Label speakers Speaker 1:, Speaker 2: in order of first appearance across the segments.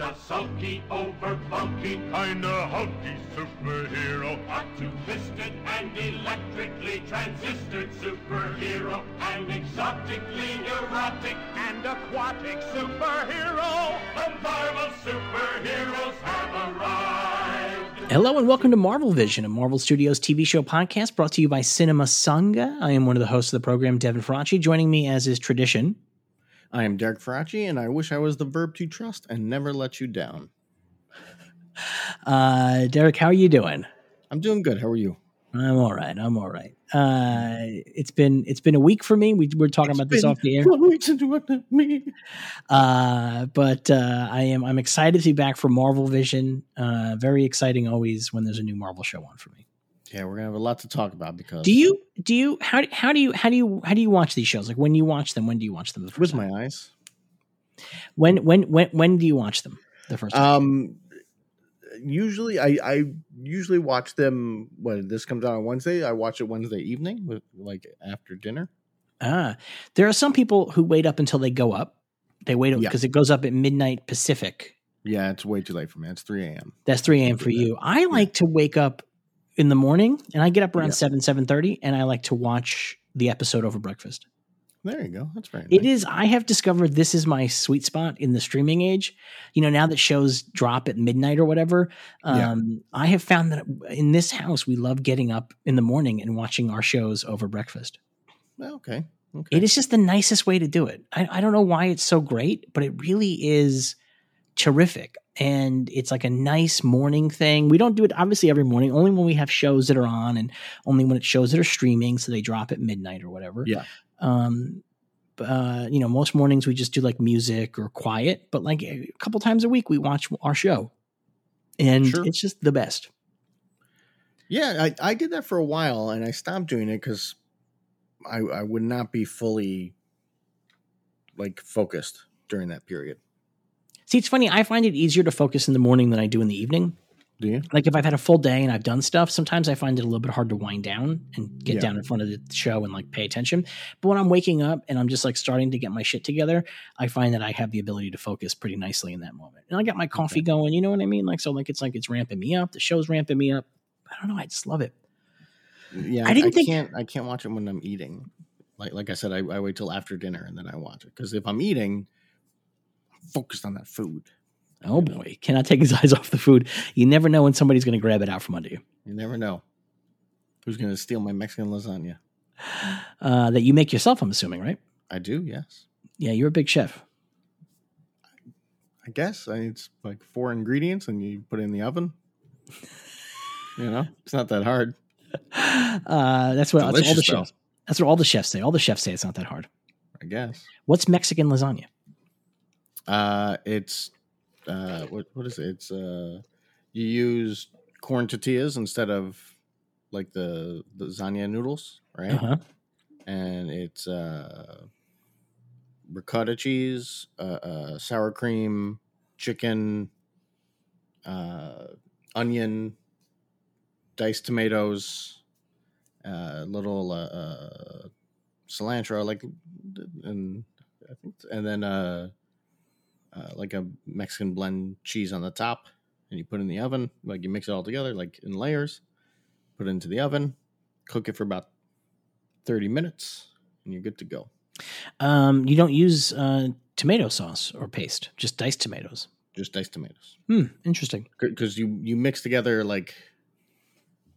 Speaker 1: a sulky, over bulky, kinda hulky superhero. Optimistic and electrically transistored superhero. An exotically neurotic and aquatic superhero. The Marvel superheroes have arrived.
Speaker 2: Hello and welcome to Marvel Vision, a Marvel Studios TV show podcast brought to you by Cinema Sangha. I am one of the hosts of the program, Devin Faraci. Joining me, as is tradition,
Speaker 3: I am Derek Faraci, and I wish I was the verb to trust and never let you down.
Speaker 2: uh, Derek. How are you doing?
Speaker 3: I'm doing good. How are you?
Speaker 2: I'm all right. I'm all right. Uh, it's been it's been a week for me. We were talking about this
Speaker 3: Been
Speaker 2: off the air,
Speaker 3: four weeks into what it means.
Speaker 2: uh, but uh, I am I'm excited to be back for Marvel Vision. Uh, very exciting always when there's a new Marvel show on for me.
Speaker 3: Yeah, we're gonna have a lot to talk about because
Speaker 2: Do you do you how do- how do you how do you how do you watch these shows? Like when you watch them, when do you watch them? The first
Speaker 3: with
Speaker 2: time?
Speaker 3: my eyes.
Speaker 2: when when when when do you watch them? The first time.
Speaker 3: Um, usually I I usually watch them when this comes out on Wednesday. I watch it Wednesday evening, with, like after dinner.
Speaker 2: Ah, there are some people who wait up until they go up. They wait
Speaker 3: Yeah.
Speaker 2: because it goes up at midnight Pacific.
Speaker 3: Yeah, it's way too late for me. It's 3 a.m.
Speaker 2: That's three a.m. for you. I like to wake up in the morning, and I get up around
Speaker 3: Yeah.
Speaker 2: seven seven thirty, and I like to watch the episode over breakfast.
Speaker 3: There you go. That's very nice.
Speaker 2: It is. I have discovered this is my sweet spot in the streaming age. You know, now that shows drop at midnight or whatever,
Speaker 3: Yeah.
Speaker 2: um, I have found that in this house we love getting up in the morning and watching our shows over breakfast.
Speaker 3: Okay. Okay.
Speaker 2: It is just the nicest way to do it. I, I don't know why it's so great, but it really is terrific. And it's like a nice morning thing. We don't do it obviously every morning, only when we have shows that are on and only when it shows that are streaming. So they drop at midnight or whatever.
Speaker 3: Yeah.
Speaker 2: Um, b- uh, you know, most mornings we just do like music or quiet, but like a couple times a week we watch our show. And
Speaker 3: Sure.
Speaker 2: it's just the best.
Speaker 3: Yeah, I, I did that for a while and I stopped doing it because I, I would not be fully like focused during that period.
Speaker 2: See, it's funny. I find it easier to focus in the morning than I do in the evening.
Speaker 3: Do you?
Speaker 2: like if I've had a full day and I've done stuff, sometimes I find it a little bit hard to wind down and get
Speaker 3: Yeah.
Speaker 2: down in front of the show and like pay attention. But when I'm waking up and I'm just like starting to get my shit together, I find that I have the ability to focus pretty nicely in that moment. And I got my coffee going, you know what I mean? Like so like it's like it's ramping me up, the show's ramping me up. I don't know, I just love it.
Speaker 3: Yeah,
Speaker 2: I didn't think-
Speaker 3: can't I can't watch it when I'm eating. Like like I said, I, I wait till after dinner and then I watch it because if I'm eating, I'm focused on that food.
Speaker 2: Oh boy, cannot take his eyes off the food. You never know when somebody's gonna grab it out from under you.
Speaker 3: You never know who's going to steal my Mexican lasagna.
Speaker 2: Uh, that you make yourself, I'm assuming, right?
Speaker 3: I do, yes.
Speaker 2: Yeah, you're a big chef.
Speaker 3: I guess I, it's like four ingredients and you put it in the oven. you know, it's not that hard.
Speaker 2: Uh, that's what that's what all the
Speaker 3: Delicious, though.
Speaker 2: chefs. That's what all the chefs say. All the chefs say it's not that hard.
Speaker 3: I guess.
Speaker 2: What's Mexican lasagna?
Speaker 3: Uh, it's uh, what what is it? It's uh, you use corn tortillas instead of like the the lasagna noodles, right?
Speaker 2: Uh-huh.
Speaker 3: And it's uh, ricotta cheese, uh, uh, sour cream, chicken, uh, onion, diced tomatoes, uh, little uh, uh, cilantro, like, and I think, and then uh, uh, like a Mexican blend cheese on the top, and you put it in the oven. Like you mix it all together, like in layers. Put it into the oven, cook it for about thirty minutes, and you're good to go.
Speaker 2: Um, you don't use uh, tomato sauce or paste, just diced tomatoes.
Speaker 3: Just diced tomatoes,
Speaker 2: Hmm, interesting.
Speaker 3: because you you mix together like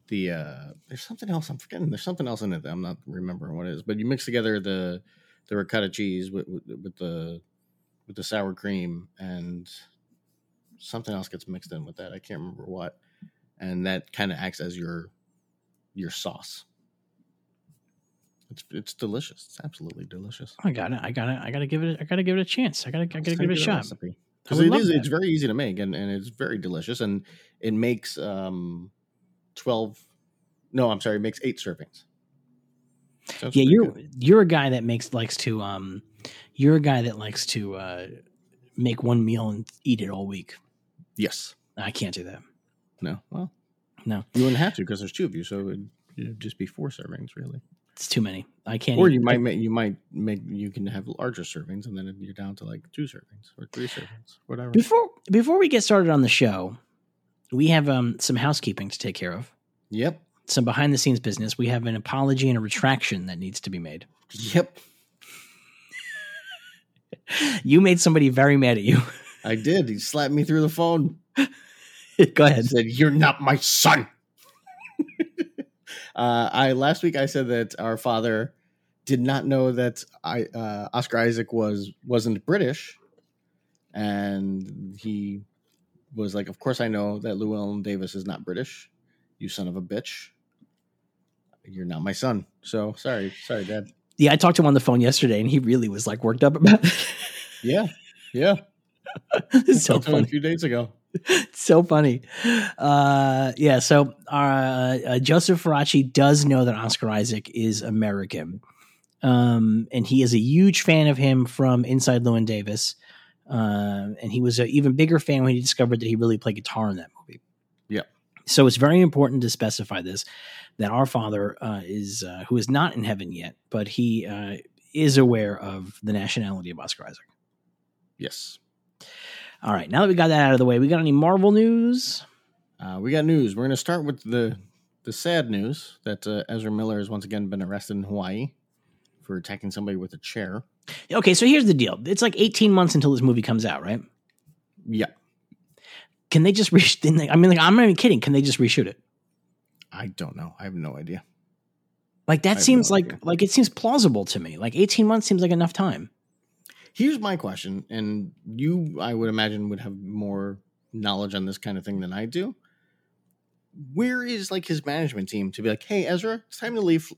Speaker 3: the uh, there's something else I'm forgetting. There's something else in it that I'm not remembering what it is. But you mix together the the ricotta cheese with with, with the with the sour cream and something else gets mixed in with that. I can't remember what, and that kind of acts as your your sauce. It's it's delicious. It's absolutely delicious.
Speaker 2: Oh, I got it. I got it. I gotta give it. I gotta give it a chance. I gotta. I gotta
Speaker 3: Send
Speaker 2: give it a
Speaker 3: you the
Speaker 2: shot.
Speaker 3: recipe.
Speaker 2: I
Speaker 3: because
Speaker 2: would
Speaker 3: it
Speaker 2: love
Speaker 3: is it's
Speaker 2: that.
Speaker 3: very easy to make and, and it's very delicious and it makes um 12 no i'm sorry it makes eight servings So it's
Speaker 2: yeah,
Speaker 3: pretty
Speaker 2: you're
Speaker 3: good.
Speaker 2: you're a guy that makes likes to um, you're a guy that likes to uh, make one meal and eat it all week.
Speaker 3: yes
Speaker 2: I can't do that.
Speaker 3: no well
Speaker 2: No.
Speaker 3: you wouldn't have to because there's two of you so it would it'd just be four servings really
Speaker 2: It's too many. I can't.
Speaker 3: Or
Speaker 2: eat-
Speaker 3: you might make you might make you can have larger servings, and then you're down to like two servings or three servings, whatever.
Speaker 2: before before we get started on the show, we have um some housekeeping to take care of.
Speaker 3: Yep,
Speaker 2: Some behind the scenes business. We have an apology and a retraction that needs to be made.
Speaker 3: yep.
Speaker 2: You made somebody very mad at you.
Speaker 3: I did. He slapped me through the phone.
Speaker 2: Go
Speaker 3: and
Speaker 2: ahead.
Speaker 3: said, "You're not my son." uh, I last week I said that our father did not know that I uh, Oscar Isaac was wasn't British, and he was like, "Of course I know that Llewellyn Davis is not British. You son of a bitch. You're not my son. So sorry, sorry, Dad.
Speaker 2: Yeah, I talked to him on the phone yesterday, and he really was like worked up about it.
Speaker 3: Yeah, yeah.
Speaker 2: it's so
Speaker 3: Talked to him
Speaker 2: funny.
Speaker 3: a few days ago.
Speaker 2: so funny. Uh, yeah. So uh, uh, Joseph Faraci does know that Oscar Isaac is American, um, and he is a huge fan of him from Inside Llewyn Davis, um, and he was an even bigger fan when he discovered that he really played guitar in that movie.
Speaker 3: Yep.
Speaker 2: So it's very important to specify this that our father uh, is uh, who is not in heaven yet, but he uh, is aware of the nationality of Oscar Isaac.
Speaker 3: Yes."
Speaker 2: All right, now that we got that out of the way, we got any Marvel news?
Speaker 3: Uh, we got news. We're going to start with the the sad news that uh, Ezra Miller has once again been arrested in Hawaii for attacking somebody with a chair.
Speaker 2: Okay, so here's the deal. It's like 18 months until this movie comes out, right?
Speaker 3: Yeah,
Speaker 2: Can they just reach? They, I mean, like, I'm not even kidding. Can they just reshoot it?
Speaker 3: I don't know. I have no idea.
Speaker 2: Like
Speaker 3: I
Speaker 2: that
Speaker 3: have
Speaker 2: seems
Speaker 3: no
Speaker 2: like
Speaker 3: idea.
Speaker 2: like it seems plausible to me. Like 18 months seems like enough time.
Speaker 3: Here's my question, and you, I would imagine, would have more knowledge on this kind of thing than I do. Where is like his management team to be like, hey, Ezra, it's time to leave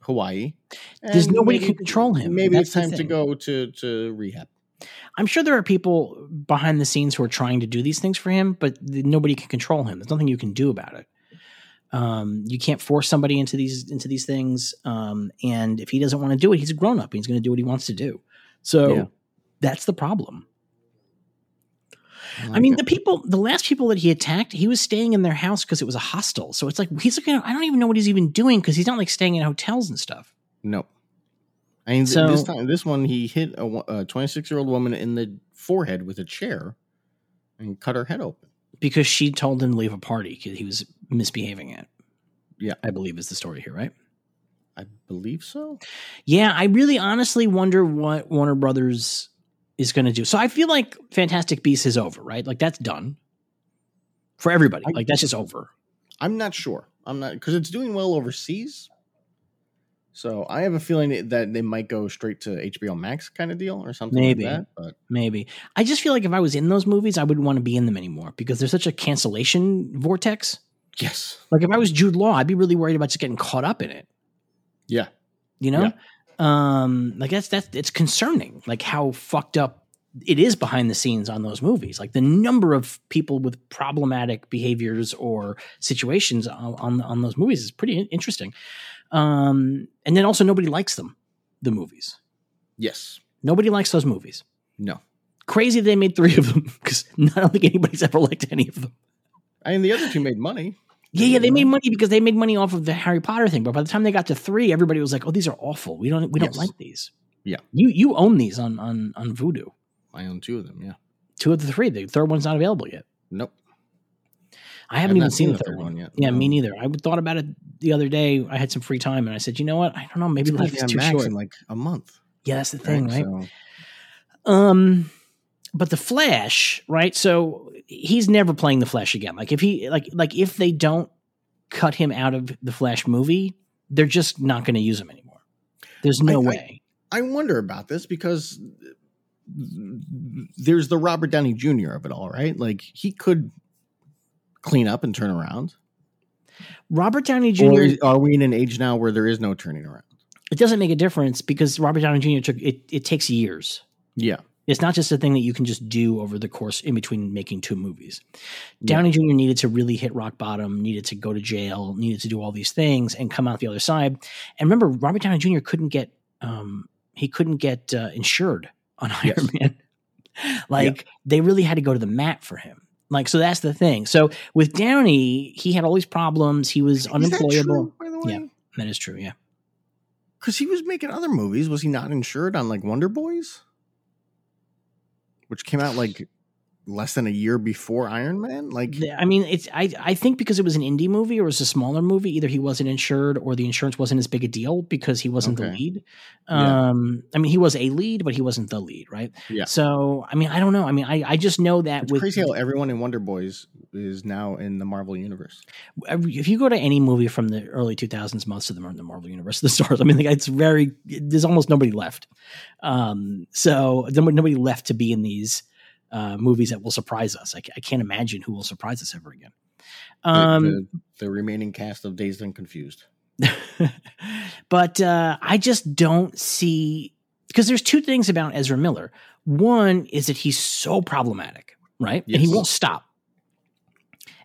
Speaker 3: Hawaii.
Speaker 2: There's
Speaker 3: and
Speaker 2: nobody
Speaker 3: maybe-
Speaker 2: can control him.
Speaker 3: Maybe
Speaker 2: That's
Speaker 3: it's
Speaker 2: the
Speaker 3: time to
Speaker 2: thing.
Speaker 3: go to to rehab.
Speaker 2: I'm sure there are people behind the scenes who are trying to do these things for him, but th- nobody can control him. There's nothing you can do about it. Um, you can't force somebody into these into these things. Um, and if he doesn't want to do it, he's a grown up. He's going to do what he wants to do. So
Speaker 3: Yeah.
Speaker 2: that's the problem. I
Speaker 3: like
Speaker 2: mean,
Speaker 3: it.
Speaker 2: the people, the last people that he attacked, he was staying in their house because it was a hostel. So it's like he's like, you know, I don't even know what he's even doing because he's not like staying in hotels and stuff.
Speaker 3: No. I mean, th-
Speaker 2: So-
Speaker 3: this time, this one, he hit a wo- a 26 year old woman in the forehead with a chair and cut her head open.
Speaker 2: Because she told him to leave a party because he was misbehaving at.
Speaker 3: Yeah.
Speaker 2: I believe is the story here, right?
Speaker 3: I believe so.
Speaker 2: Yeah, I really honestly wonder what Warner Brothers is going to do. So I feel like Fantastic Beasts is over, right? Like that's done for everybody.
Speaker 3: I-
Speaker 2: like that's just over.
Speaker 3: I'm not sure. I'm not because it's doing well overseas. So I have a feeling it- that they might go straight to HBO Max kind of deal or something
Speaker 2: Maybe.
Speaker 3: like that. But
Speaker 2: Maybe. I just feel like if I was in those movies, I wouldn't want to be in them anymore because there's such a cancellation vortex.
Speaker 3: yes,
Speaker 2: Like if I was Jude Law, I'd be really worried about just getting caught up in it.
Speaker 3: yeah,
Speaker 2: You know, um, like that's that's it's concerning. Like how fucked up it is behind the scenes on those movies. Like the number of people with problematic behaviors or situations on on, on those movies is pretty in- interesting. Um, and then also nobody likes them, the movies.
Speaker 3: yes,
Speaker 2: Nobody likes those movies.
Speaker 3: no.
Speaker 2: Crazy they made three of them because I don't think anybody's ever liked any of them.
Speaker 3: I mean, the other two made money.
Speaker 2: Yeah, yeah, they
Speaker 3: You know?
Speaker 2: made money because they made money off of the Harry Potter thing. But by the time they got to three, everybody was like, "Oh, these are awful. We don't, we don't
Speaker 3: Yes.
Speaker 2: like these."
Speaker 3: Yeah.
Speaker 2: you you own these on on on Voodoo.
Speaker 3: I own two of them. Yeah,
Speaker 2: Two of the three. The third one's not available yet.
Speaker 3: nope.
Speaker 2: I haven't
Speaker 3: I've
Speaker 2: even
Speaker 3: not
Speaker 2: seen the third, one.
Speaker 3: yet.
Speaker 2: Yeah, me
Speaker 3: No.
Speaker 2: neither. I thought about it the other day. I had some free time, and I said, "You know what? I don't know. Maybe
Speaker 3: It's
Speaker 2: life
Speaker 3: probably
Speaker 2: is
Speaker 3: on
Speaker 2: too
Speaker 3: Max
Speaker 2: short."
Speaker 3: in like a month.
Speaker 2: yeah, that's the thing, right?
Speaker 3: So-
Speaker 2: Um, but the Flash, right? So he's never playing the Flash again. Like if he like like if they don't cut him out of the Flash movie, they're just not going to use him anymore. There's no
Speaker 3: I- I-
Speaker 2: way.
Speaker 3: I wonder about this because there's the Robert Downey Jr. of it all, right? Like he could clean up and turn around.
Speaker 2: Robert Downey Jr.
Speaker 3: Or is- are we in an age now where there is no turning around?
Speaker 2: it doesn't make a difference because Robert Downey Jr. took it. It takes years.
Speaker 3: Yeah,
Speaker 2: It's not just a thing that you can just do over the course in between making two movies.
Speaker 3: Yeah.
Speaker 2: Downey Jr. needed to really hit rock bottom, needed to go to jail, needed to do all these things and come out the other side. And remember, Robert Downey Jr. couldn't get um, he couldn't get uh, insured on Iron
Speaker 3: Yes.
Speaker 2: Man. like they really had to go to the mat for him. Like so, that's the thing. So with Downey, he had all these problems. He was
Speaker 3: Is that
Speaker 2: unemployable.
Speaker 3: true, by the way,
Speaker 2: That is true. Yeah.
Speaker 3: Because he was making other movies. Was he not insured on like Wonder Boys? Which came out like less than a year before Iron Man? Like,
Speaker 2: The- I mean, it's I I think because it was an indie movie or it was a smaller movie, either he wasn't insured or the insurance wasn't as big a deal because he wasn't the
Speaker 3: Okay.
Speaker 2: lead.
Speaker 3: Yeah.
Speaker 2: Um, I mean, he was a lead, but he wasn't the lead, right?
Speaker 3: Yeah.
Speaker 2: So I mean, I don't know. I mean, I I just know that
Speaker 3: it's
Speaker 2: with
Speaker 3: crazy how everyone in Wonder Boys is now in the Marvel universe.
Speaker 2: if you go to any movie from the early 2000s most of them are in the marvel universe the stars i mean like it's very there's almost nobody left um so there were nobody left to be in these uh movies that will surprise us i, ca- I can't imagine who will surprise us ever again
Speaker 3: The-
Speaker 2: um
Speaker 3: the, the remaining cast of Dazed and Confused.
Speaker 2: but uh, I just don't see because there's two things about Ezra Miller. One is that he's so problematic, right? And he
Speaker 3: Yes.
Speaker 2: won't stop.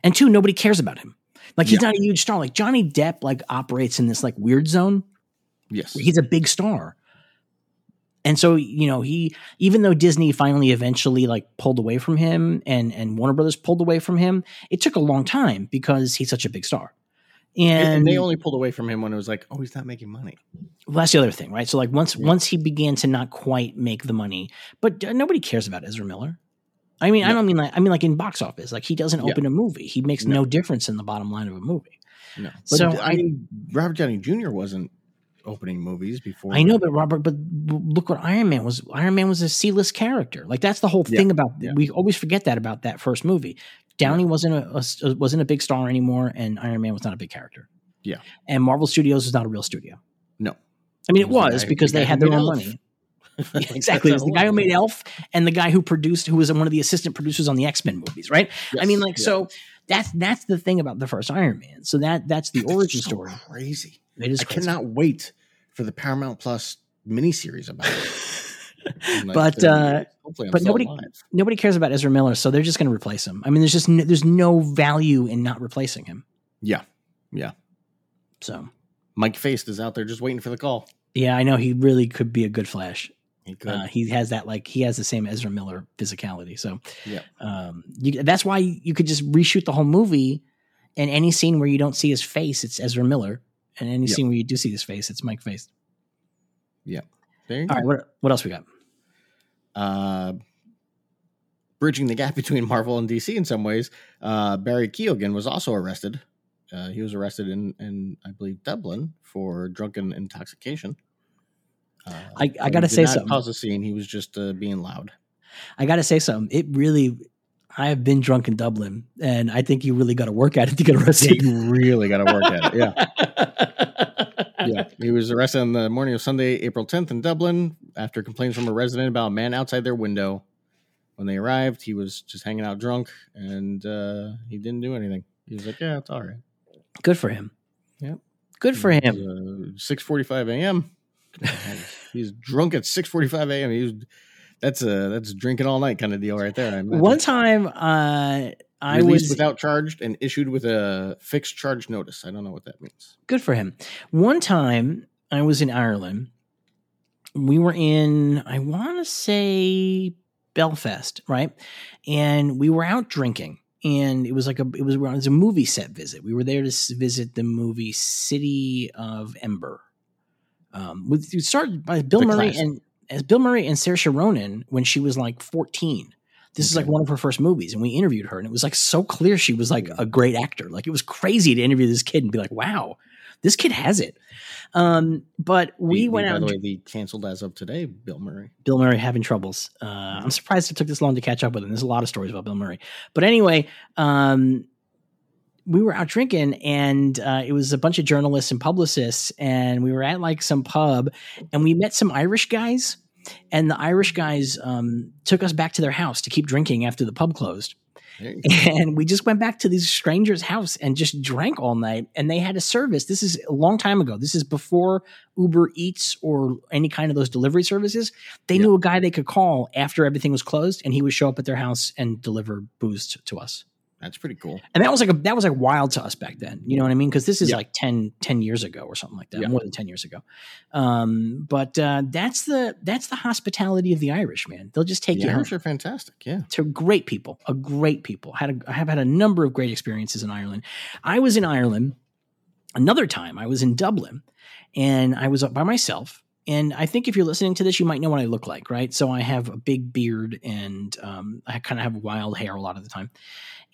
Speaker 2: And two, nobody cares about him. Like he's
Speaker 3: Yeah.
Speaker 2: not a huge star. Like Johnny Depp, like operates in this like weird zone.
Speaker 3: Yes.
Speaker 2: He's a big star. And so, you know, he even though Disney finally eventually like pulled away from him and and Warner Brothers pulled away from him, it took a long time because he's such a big star.
Speaker 3: and,
Speaker 2: And,
Speaker 3: and they only pulled away from him when it was like, oh, he's not making money.
Speaker 2: well, that's the other thing, right? So like once
Speaker 3: Yeah.
Speaker 2: once he began to not quite make the money, but uh, nobody cares about Ezra Miller. I mean, I
Speaker 3: No.
Speaker 2: don't mean like I mean like in box office, like he doesn't
Speaker 3: Yeah.
Speaker 2: open a movie. He makes no.
Speaker 3: No.
Speaker 2: difference in the bottom line of a movie.
Speaker 3: No. But
Speaker 2: So,
Speaker 3: I,
Speaker 2: I-
Speaker 3: mean, Robert Downey Jr. wasn't opening movies before.
Speaker 2: I know, but Robert, but look what Iron Man was. Iron Man was a C-list character. Like that's the whole
Speaker 3: Yeah.
Speaker 2: thing about.
Speaker 3: Yeah.
Speaker 2: We always forget that about that first movie. Downey wasn't a, a s- wasn't a big star anymore, and Iron Man was not a big character.
Speaker 3: Yeah.
Speaker 2: and Marvel Studios is not a real studio.
Speaker 3: No.
Speaker 2: I mean it
Speaker 3: It was the
Speaker 2: was
Speaker 3: guy-
Speaker 2: because
Speaker 3: the
Speaker 2: they
Speaker 3: guy
Speaker 2: had
Speaker 3: who
Speaker 2: their
Speaker 3: made
Speaker 2: own
Speaker 3: Elf.
Speaker 2: money.
Speaker 3: Like,
Speaker 2: exactly. It
Speaker 3: that's
Speaker 2: was the
Speaker 3: how
Speaker 2: guy who
Speaker 3: old he
Speaker 2: made
Speaker 3: was.
Speaker 2: Elf and the guy who produced, who was one of the assistant producers on the X Men movies, right? I mean,
Speaker 3: Yes.
Speaker 2: like,
Speaker 3: Yeah.
Speaker 2: so that's that's the thing about the first Iron Man. So that that's the
Speaker 3: That's
Speaker 2: origin
Speaker 3: so
Speaker 2: story.
Speaker 3: Crazy.
Speaker 2: It is
Speaker 3: I
Speaker 2: crazy.
Speaker 3: cannot wait for the Paramount Plus miniseries about it. in, like,
Speaker 2: But,
Speaker 3: 30
Speaker 2: uh,
Speaker 3: years. Hopefully I'm
Speaker 2: but
Speaker 3: still
Speaker 2: nobody-
Speaker 3: alive.
Speaker 2: Nobody cares about Ezra Miller, so they're just going to replace him. I mean, there's just no, there's no value in not replacing him.
Speaker 3: Yeah.
Speaker 2: So
Speaker 3: Mike Faced is out there just waiting for the call.
Speaker 2: yeah, I know he really could be a good Flash.
Speaker 3: He could.
Speaker 2: Uh, he has that like he has the same Ezra Miller physicality. So
Speaker 3: Yeah.
Speaker 2: um, you, that's why you could just reshoot the whole movie, and any scene where you don't see his face, it's Ezra Miller, and any
Speaker 3: Yeah.
Speaker 2: scene where you do see his face, it's Mike Face.
Speaker 3: there you
Speaker 2: All
Speaker 3: go.
Speaker 2: right, what what else we got?
Speaker 3: Uh, bridging the gap between Marvel and DC in some ways, uh, Barry Keoghan was also arrested. Uh, he was arrested in, in, I believe, Dublin for drunken intoxication. Uh,
Speaker 2: I- I
Speaker 3: but he
Speaker 2: gotta
Speaker 3: did
Speaker 2: say
Speaker 3: not
Speaker 2: something.
Speaker 3: Cause a scene. He was just uh, being loud.
Speaker 2: I got to say something. It really, I have been drunk in Dublin, and I think you really got to work at it to get arrested.
Speaker 3: you really got to work at it. Yeah.
Speaker 2: yeah.
Speaker 3: yeah, he was arrested on the morning of Sunday, April 10th, in Dublin after complaints from a resident about a man outside their window. When they arrived, he was just hanging out drunk, and uh, he didn't do anything. He was like, "Yeah, it's all right."
Speaker 2: Good for him.
Speaker 3: Yep.
Speaker 2: Good for him.
Speaker 3: uh, Six forty-five a.m. He's drunk at six forty-five a.m. He was that's a that's drinking all night kind of deal right there. I imagine.
Speaker 2: One time, uh, I
Speaker 3: Released
Speaker 2: was
Speaker 3: without charged and issued with a fixed charge notice. I don't know what that means.
Speaker 2: good for him. One time, I was in Ireland. We were in, I want to say Belfast, right? And we were out drinking, and it was like a it was, it was a movie set visit. We were there to s- visit the movie City of Ember. Um, with it started by Bill
Speaker 3: The
Speaker 2: Murray
Speaker 3: classic.
Speaker 2: and as Bill Murray and Saoirse Ronan when she was like fourteen. This is
Speaker 3: Okay.
Speaker 2: like one of her first movies, and we interviewed her, and it was like so clear she was like a great actor. Like it was crazy to interview this kid and be like, "Wow, this kid has it." Um, but we
Speaker 3: The- the-
Speaker 2: went
Speaker 3: by
Speaker 2: out.
Speaker 3: the
Speaker 2: and
Speaker 3: way, the canceled as of today, Bill Murray.
Speaker 2: Bill Murray having troubles. Uh,
Speaker 3: Mm-hmm.
Speaker 2: I'm surprised it took this long to catch up with him. There's a lot of stories about Bill Murray. But anyway, um, we were out drinking and uh, it was a bunch of journalists and publicists. And we were at like some pub and we met some Irish guys. And the Irish guys um, took us back to their house to keep drinking after the pub closed.
Speaker 3: There you go.
Speaker 2: And we just went back to these strangers' house and just drank all night. And they had a service. This is a long time ago. This is before Uber Eats or any kind of those delivery services. They
Speaker 3: Yeah.
Speaker 2: knew a guy they could call after everything was closed, and he would show up at their house and deliver booze to, to us.
Speaker 3: That's pretty cool.
Speaker 2: And that was like a, that was like wild to us back then. You know what I mean? Because this is
Speaker 3: Yeah.
Speaker 2: like 10, 10 years ago or something like that,
Speaker 3: Yeah.
Speaker 2: more than ten years ago. Um, but uh, that's the that's the hospitality of the Irish man. They'll just take
Speaker 3: the
Speaker 2: you home
Speaker 3: Irish are fantastic. Yeah.
Speaker 2: to great people, a great people. Had a, I have had a number of great experiences in Ireland. I was in Ireland another time I was in Dublin and I was up by myself. And I think if you're listening to this, you might know what I look like, right? So I have a big beard and um, I kind of have wild hair a lot of the time.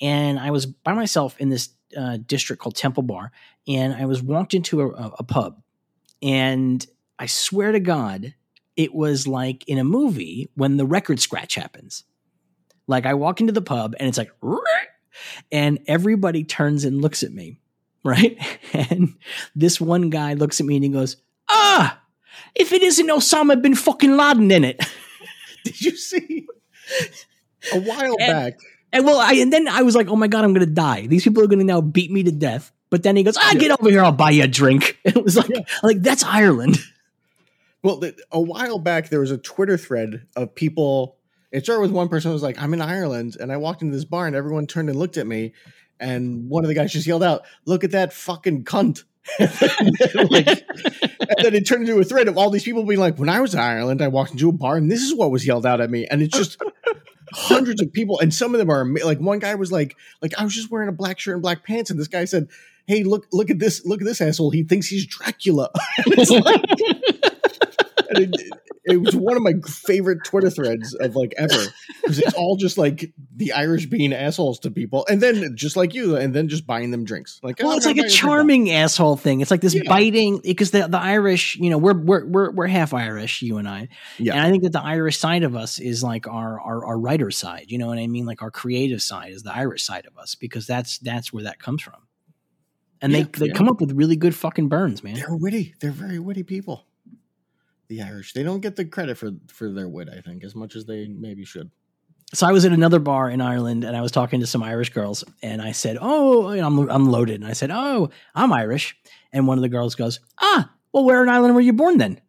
Speaker 2: And I was by myself in this uh, district called Temple Bar, and I was walked into a, a, a pub. And I swear to God, it was like in a movie when the record scratch happens. Like I walk into the pub and it's like, and everybody turns and looks at me, right? And this one guy looks at me and he goes, "Ah, if it isn't Osama bin fucking Laden in it."
Speaker 3: Did you see? A while
Speaker 2: And-
Speaker 3: back,
Speaker 2: And well, I and then I was like, "Oh my god, I'm gonna die. These people are gonna now beat me to death." But then he goes, "Ah, get over here. I'll buy you a drink." it was like, like that's Ireland.
Speaker 3: Well, th- a while back, there was a Twitter thread of people. It started with one person who was like, I'm in Ireland. And I walked into this bar and everyone turned and looked at me. And one of the guys just yelled out, Look at that fucking cunt. Like, and then it turned into a thread of all these people being like, When I was in Ireland, I walked into a bar and this is what was yelled out at me. And it's just hundreds of people. And some of them are ama- like, one guy was like, like I was just wearing a black shirt and black pants. And this guy said, Hey, look, look at this, look at this asshole. He thinks he's Dracula. And it's like, and it, it was one of my favorite Twitter threads of like ever because it's all just like the Irish being assholes to people, and then just like you, and then just buying them drinks. Like,
Speaker 2: Well,
Speaker 3: "Oh,
Speaker 2: it's
Speaker 3: I'm
Speaker 2: like
Speaker 3: gonna
Speaker 2: a
Speaker 3: buy you drink now."
Speaker 2: charming asshole thing. It's like this
Speaker 3: Yeah.
Speaker 2: biting because the, the Irish, you know, we're we're we're we're half Irish, you and I.
Speaker 3: Yeah.
Speaker 2: And I think that the Irish side of us is like our our our writer side, you know what I mean? Like our creative side is the Irish side of us because that's that's where that comes from. And
Speaker 3: Yeah,
Speaker 2: they they
Speaker 3: yeah.
Speaker 2: come up with really good fucking burns, man.
Speaker 3: They're witty. They're very witty people. The Irish. They don't get the credit for for their wit. I think as much as they maybe should.
Speaker 2: so I was at another bar in Ireland and I was talking to some Irish girls and I said, "Oh, and I'm I'm loaded." And I said, "Oh, I'm Irish." And one of the girls goes, "Ah, well, where in Ireland were you born then?"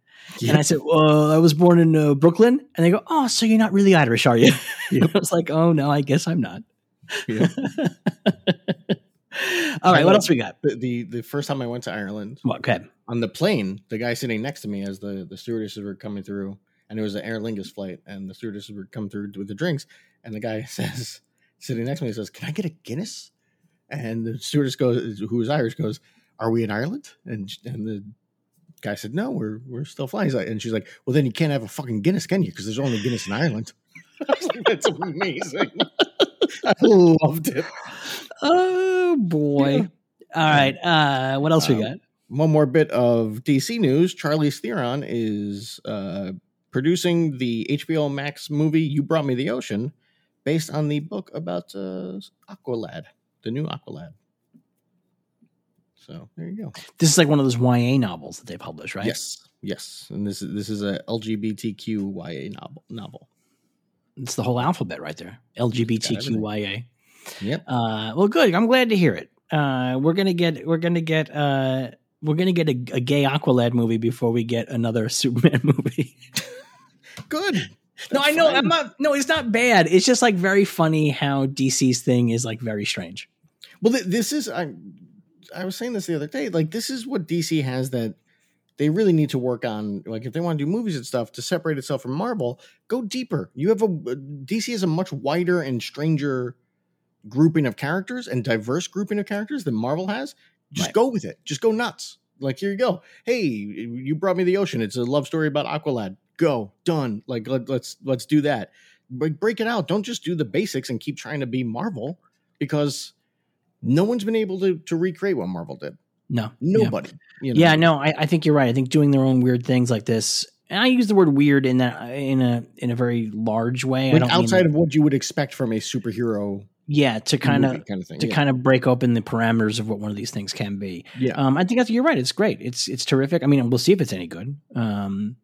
Speaker 2: And I said, "Well, I was born in uh, Brooklyn." And they go, "Oh, so you're not really Irish, are you?" I was like, "Oh no, I guess I'm not."
Speaker 3: Yeah.
Speaker 2: All right, what else we got?
Speaker 3: The, the the first time I went to Ireland
Speaker 2: What? Okay.
Speaker 3: on the plane, the guy sitting next to me as the the stewardesses were coming through, and it was an Aer Lingus flight, and the stewardesses were coming through with the drinks, and the guy says, sitting next to me, says, "Can I get a Guinness?" And the stewardess goes, who is Irish, goes, "Are we in Ireland?" And sh- and the guy said, "No, we're we're still flying." He's like- And she's like, "Well, then you can't have a fucking Guinness, can you? Because there's only Guinness in Ireland." I was like, "That's amazing." I loved it.
Speaker 2: Oh boy. All right. Uh, what else we
Speaker 3: Um,
Speaker 2: got?
Speaker 3: one more bit of DC news. Charlize Theron is uh, producing the HBO Max movie "You Brought Me the Ocean," based on the book about uh, Aqualad, the new Aqualad. So there you go.
Speaker 2: This is like one of those YA novels that they publish, right?
Speaker 3: Yes, yes, and this is this is a LGBTQYA novel. Novel.
Speaker 2: It's the whole alphabet right there. LGBTQIA.
Speaker 3: Yep.
Speaker 2: Uh, well, good. I'm glad to hear it. Uh, we're gonna get. We're gonna get. Uh, we're gonna get a, a gay Aqualad movie before we get another Superman movie.
Speaker 3: Good.
Speaker 2: no, I know. I'm not. No, it's not bad. It's just like very funny how DC's thing is like very strange.
Speaker 3: Well, th- this is I. I was saying this the other day. Like, this is what DC has that they really need to work on. Like, if they want to do movies and stuff to separate itself from Marvel, go deeper. You have a uh, DC is a much wider and stranger grouping of characters and diverse grouping of characters than Marvel has. Just
Speaker 2: Right.
Speaker 3: go with it. Just go nuts. Like, here you go. Hey, you brought me the ocean. It's a love story about Aqualad. Go done. Like, let, let's let's do that. Like, break it out. Don't just do the basics and keep trying to be Marvel because no one's been able to to recreate what Marvel did.
Speaker 2: No, Yeah.
Speaker 3: Nobody. You know?
Speaker 2: Yeah, no, I, I think you're right. I think doing their own weird things like this, and I use the word weird in that in a in a very large way. I
Speaker 3: like
Speaker 2: don't mean-
Speaker 3: outside of what you would expect from a superhero
Speaker 2: yeah, to kind of
Speaker 3: movie kind of thing.
Speaker 2: to
Speaker 3: yeah.
Speaker 2: kind of break open the parameters of what one of these things can be.
Speaker 3: yeah.
Speaker 2: Um, I think that's, you're right. It's great. It's it's terrific. I mean, we'll see if it's any good. Um,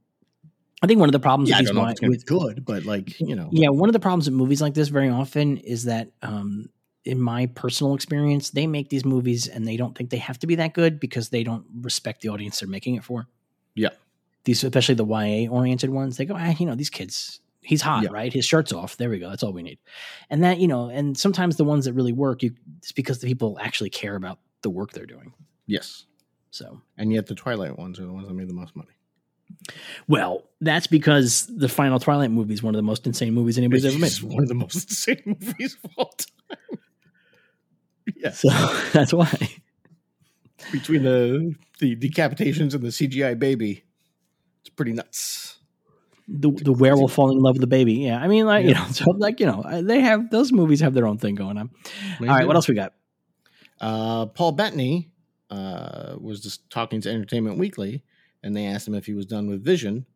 Speaker 2: I think one of the problems
Speaker 3: yeah, I
Speaker 2: with these
Speaker 3: don't know if
Speaker 2: wi-
Speaker 3: it's gonna be
Speaker 2: with,
Speaker 3: good, but like you know,
Speaker 2: yeah, one of the problems with movies like this very often is that um, in my personal experience, they make these movies and they don't think they have to be that good because they don't respect the audience they're making it for.
Speaker 3: Yeah.
Speaker 2: These especially the YA oriented ones, they go, ah, you know, these kids, he's hot,
Speaker 3: Yeah.
Speaker 2: right? His shirt's off. There we go. That's all we need. And that, you know, and sometimes the ones that really work, you it's because the people actually care about the work they're doing.
Speaker 3: yes.
Speaker 2: So
Speaker 3: And yet the Twilight ones are the ones that made the most money.
Speaker 2: well, that's because the final Twilight movie is one of the most insane movies anybody's ever made.
Speaker 3: It's one of the most insane movies of all time. yes.
Speaker 2: So that's why.
Speaker 3: between the the decapitations and the CGI baby. It's pretty nuts.
Speaker 2: the the werewolf falling in love with the baby. Yeah, I mean, like you
Speaker 3: Yeah.
Speaker 2: know, so like you know, I- they have those movies have their own thing going on. All right, what else we got?
Speaker 3: Uh, Paul Bettany uh, was just talking to Entertainment Weekly, and they asked him if he was done with Vision,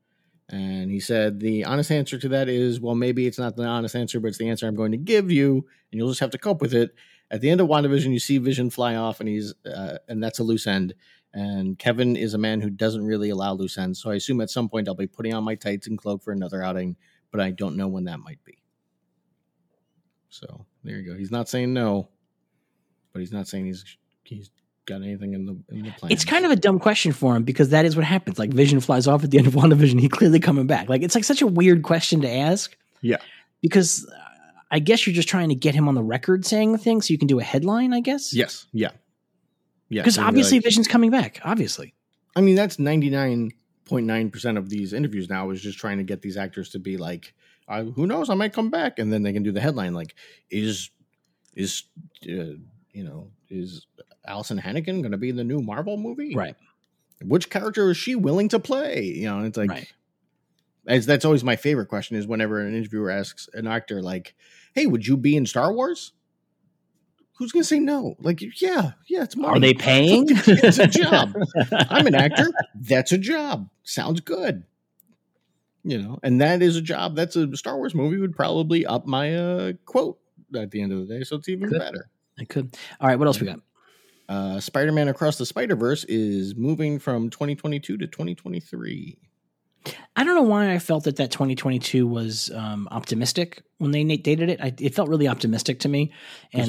Speaker 3: and he said the honest answer to that is, well, maybe it's not the honest answer, but it's the answer I'm going to give you, and you'll just have to cope with it. At the end of WandaVision, you see Vision fly off, and he's uh, and that's a loose end. And Kevin is a man who doesn't really allow loose ends, so I assume at some point I'll be putting on my tights and cloak for another outing, but I don't know when that might be. So there you go. He's not saying no but he's not saying he's he's got anything in the in the plan.
Speaker 2: It's kind of a dumb question for him because that is what happens. Like Vision flies off at the end of WandaVision. He clearly coming back. Like it's like such a weird question to ask.
Speaker 3: Yeah.
Speaker 2: Because uh, I guess you're just trying to get him on the record saying the thing so you can do a headline, I guess.
Speaker 3: yes, yeah, yeah.
Speaker 2: Because
Speaker 3: so you're
Speaker 2: obviously
Speaker 3: like-
Speaker 2: Vision's coming back. Obviously.
Speaker 3: I mean, that's ninety nine point nine percent of these interviews now is just trying to get these actors to be like, I, who knows, I might come back, and then they can do the headline like, is is uh, you know is Allison Hannigan going to be in the new Marvel movie?
Speaker 2: Right.
Speaker 3: Which character is she willing to play? You know, and it's like.
Speaker 2: right.
Speaker 3: as that's always my favorite question is whenever an interviewer asks an actor like hey would you be in star wars who's going to say no like yeah yeah it's money.
Speaker 2: Are they paying?
Speaker 3: it's a job i'm an actor that's a job sounds good you know and that is a job that's a star wars movie would probably up my uh, quote at the end of the day so it's even
Speaker 2: Good.
Speaker 3: better
Speaker 2: I could. All right. What else we got?
Speaker 3: uh, spider-man across the spider-verse is moving from 2022 to 2023
Speaker 2: I don't know why I felt that that 2022 was um, optimistic when they na- dated it. I, it felt really optimistic to me,
Speaker 3: 'Cause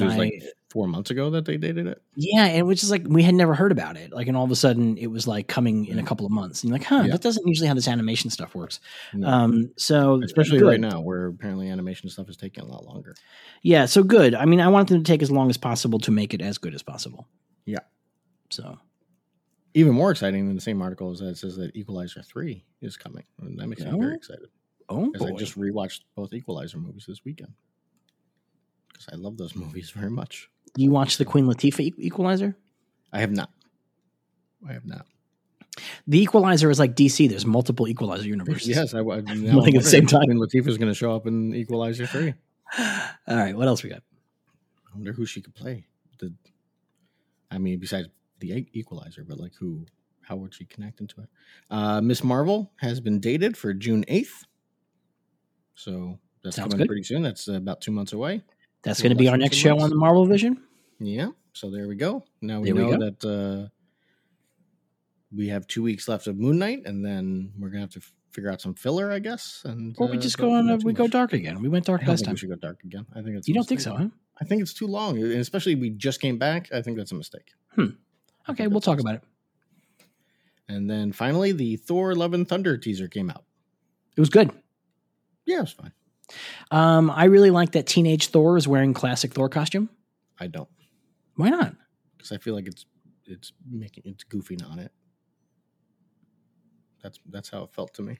Speaker 2: and
Speaker 3: it was
Speaker 2: I
Speaker 3: like four months ago that they dated it
Speaker 2: yeah, and which is like we had never heard about it. Like, and all of a sudden it was like coming in a couple of months, and you're like, huh,
Speaker 3: Mm. Yeah.
Speaker 2: that doesn't usually how this animation stuff works.
Speaker 3: No.
Speaker 2: Um, so
Speaker 3: especially
Speaker 2: good.
Speaker 3: right now where apparently animation stuff is taking a lot longer
Speaker 2: yeah, so good. I mean, I want them to take as long as possible to make it as good as possible.
Speaker 3: Yeah.
Speaker 2: So
Speaker 3: even more exciting than the same article is that it says that equalizer 3 is coming and that makes me
Speaker 2: Oh,
Speaker 3: very excited
Speaker 2: oh
Speaker 3: because i
Speaker 2: boy.
Speaker 3: just rewatched both equalizer movies this weekend because i love those movies very much
Speaker 2: you watch the Queen Latifah e- Equalizer?
Speaker 3: i have not i have not
Speaker 2: The Equalizer is like DC. There's multiple Equalizer universes.
Speaker 3: yes i, I think
Speaker 2: Like at the same time.
Speaker 3: latif is going to show up in equalizer 3 i
Speaker 2: All right. What else we got?
Speaker 3: wonder who she could play the i mean besides the E- equalizer but like who how would she connect into it uh miss marvel has been dated for june 8th so that's
Speaker 2: Sounds
Speaker 3: coming
Speaker 2: good.
Speaker 3: pretty soon that's about two months away
Speaker 2: That's
Speaker 3: Yeah,
Speaker 2: going to be
Speaker 3: that's
Speaker 2: our
Speaker 3: in two
Speaker 2: next show
Speaker 3: months.
Speaker 2: on the Marvel Vision.
Speaker 3: Yeah. So there we go. Now we
Speaker 2: There we
Speaker 3: know that uh, we have two weeks left of Moon Knight, and then we're gonna have to f- figure out some filler, I guess. And
Speaker 2: Or we
Speaker 3: uh,
Speaker 2: just
Speaker 3: don't
Speaker 2: go on
Speaker 3: do
Speaker 2: a,
Speaker 3: too
Speaker 2: we go
Speaker 3: much.
Speaker 2: dark again. We went
Speaker 3: I
Speaker 2: dark
Speaker 3: don't
Speaker 2: last
Speaker 3: think
Speaker 2: time.
Speaker 3: we should go dark again. I think that's
Speaker 2: You
Speaker 3: a
Speaker 2: don't think so,
Speaker 3: mistake.
Speaker 2: huh?
Speaker 3: I think it's too long, and especially we just came back. I think that's a mistake.
Speaker 2: Hmm.
Speaker 3: I
Speaker 2: Okay,
Speaker 3: think
Speaker 2: we'll
Speaker 3: that's a
Speaker 2: talk
Speaker 3: mistake.
Speaker 2: about it.
Speaker 3: And then finally, the Thor: Love and Thunder teaser came out.
Speaker 2: It was good.
Speaker 3: Yeah, it's fine.
Speaker 2: Um, I really like that teenage Thor is wearing classic Thor costume.
Speaker 3: I don't
Speaker 2: Why not?
Speaker 3: because I feel like it's it's making it's goofing on it. That's that's how it felt to me.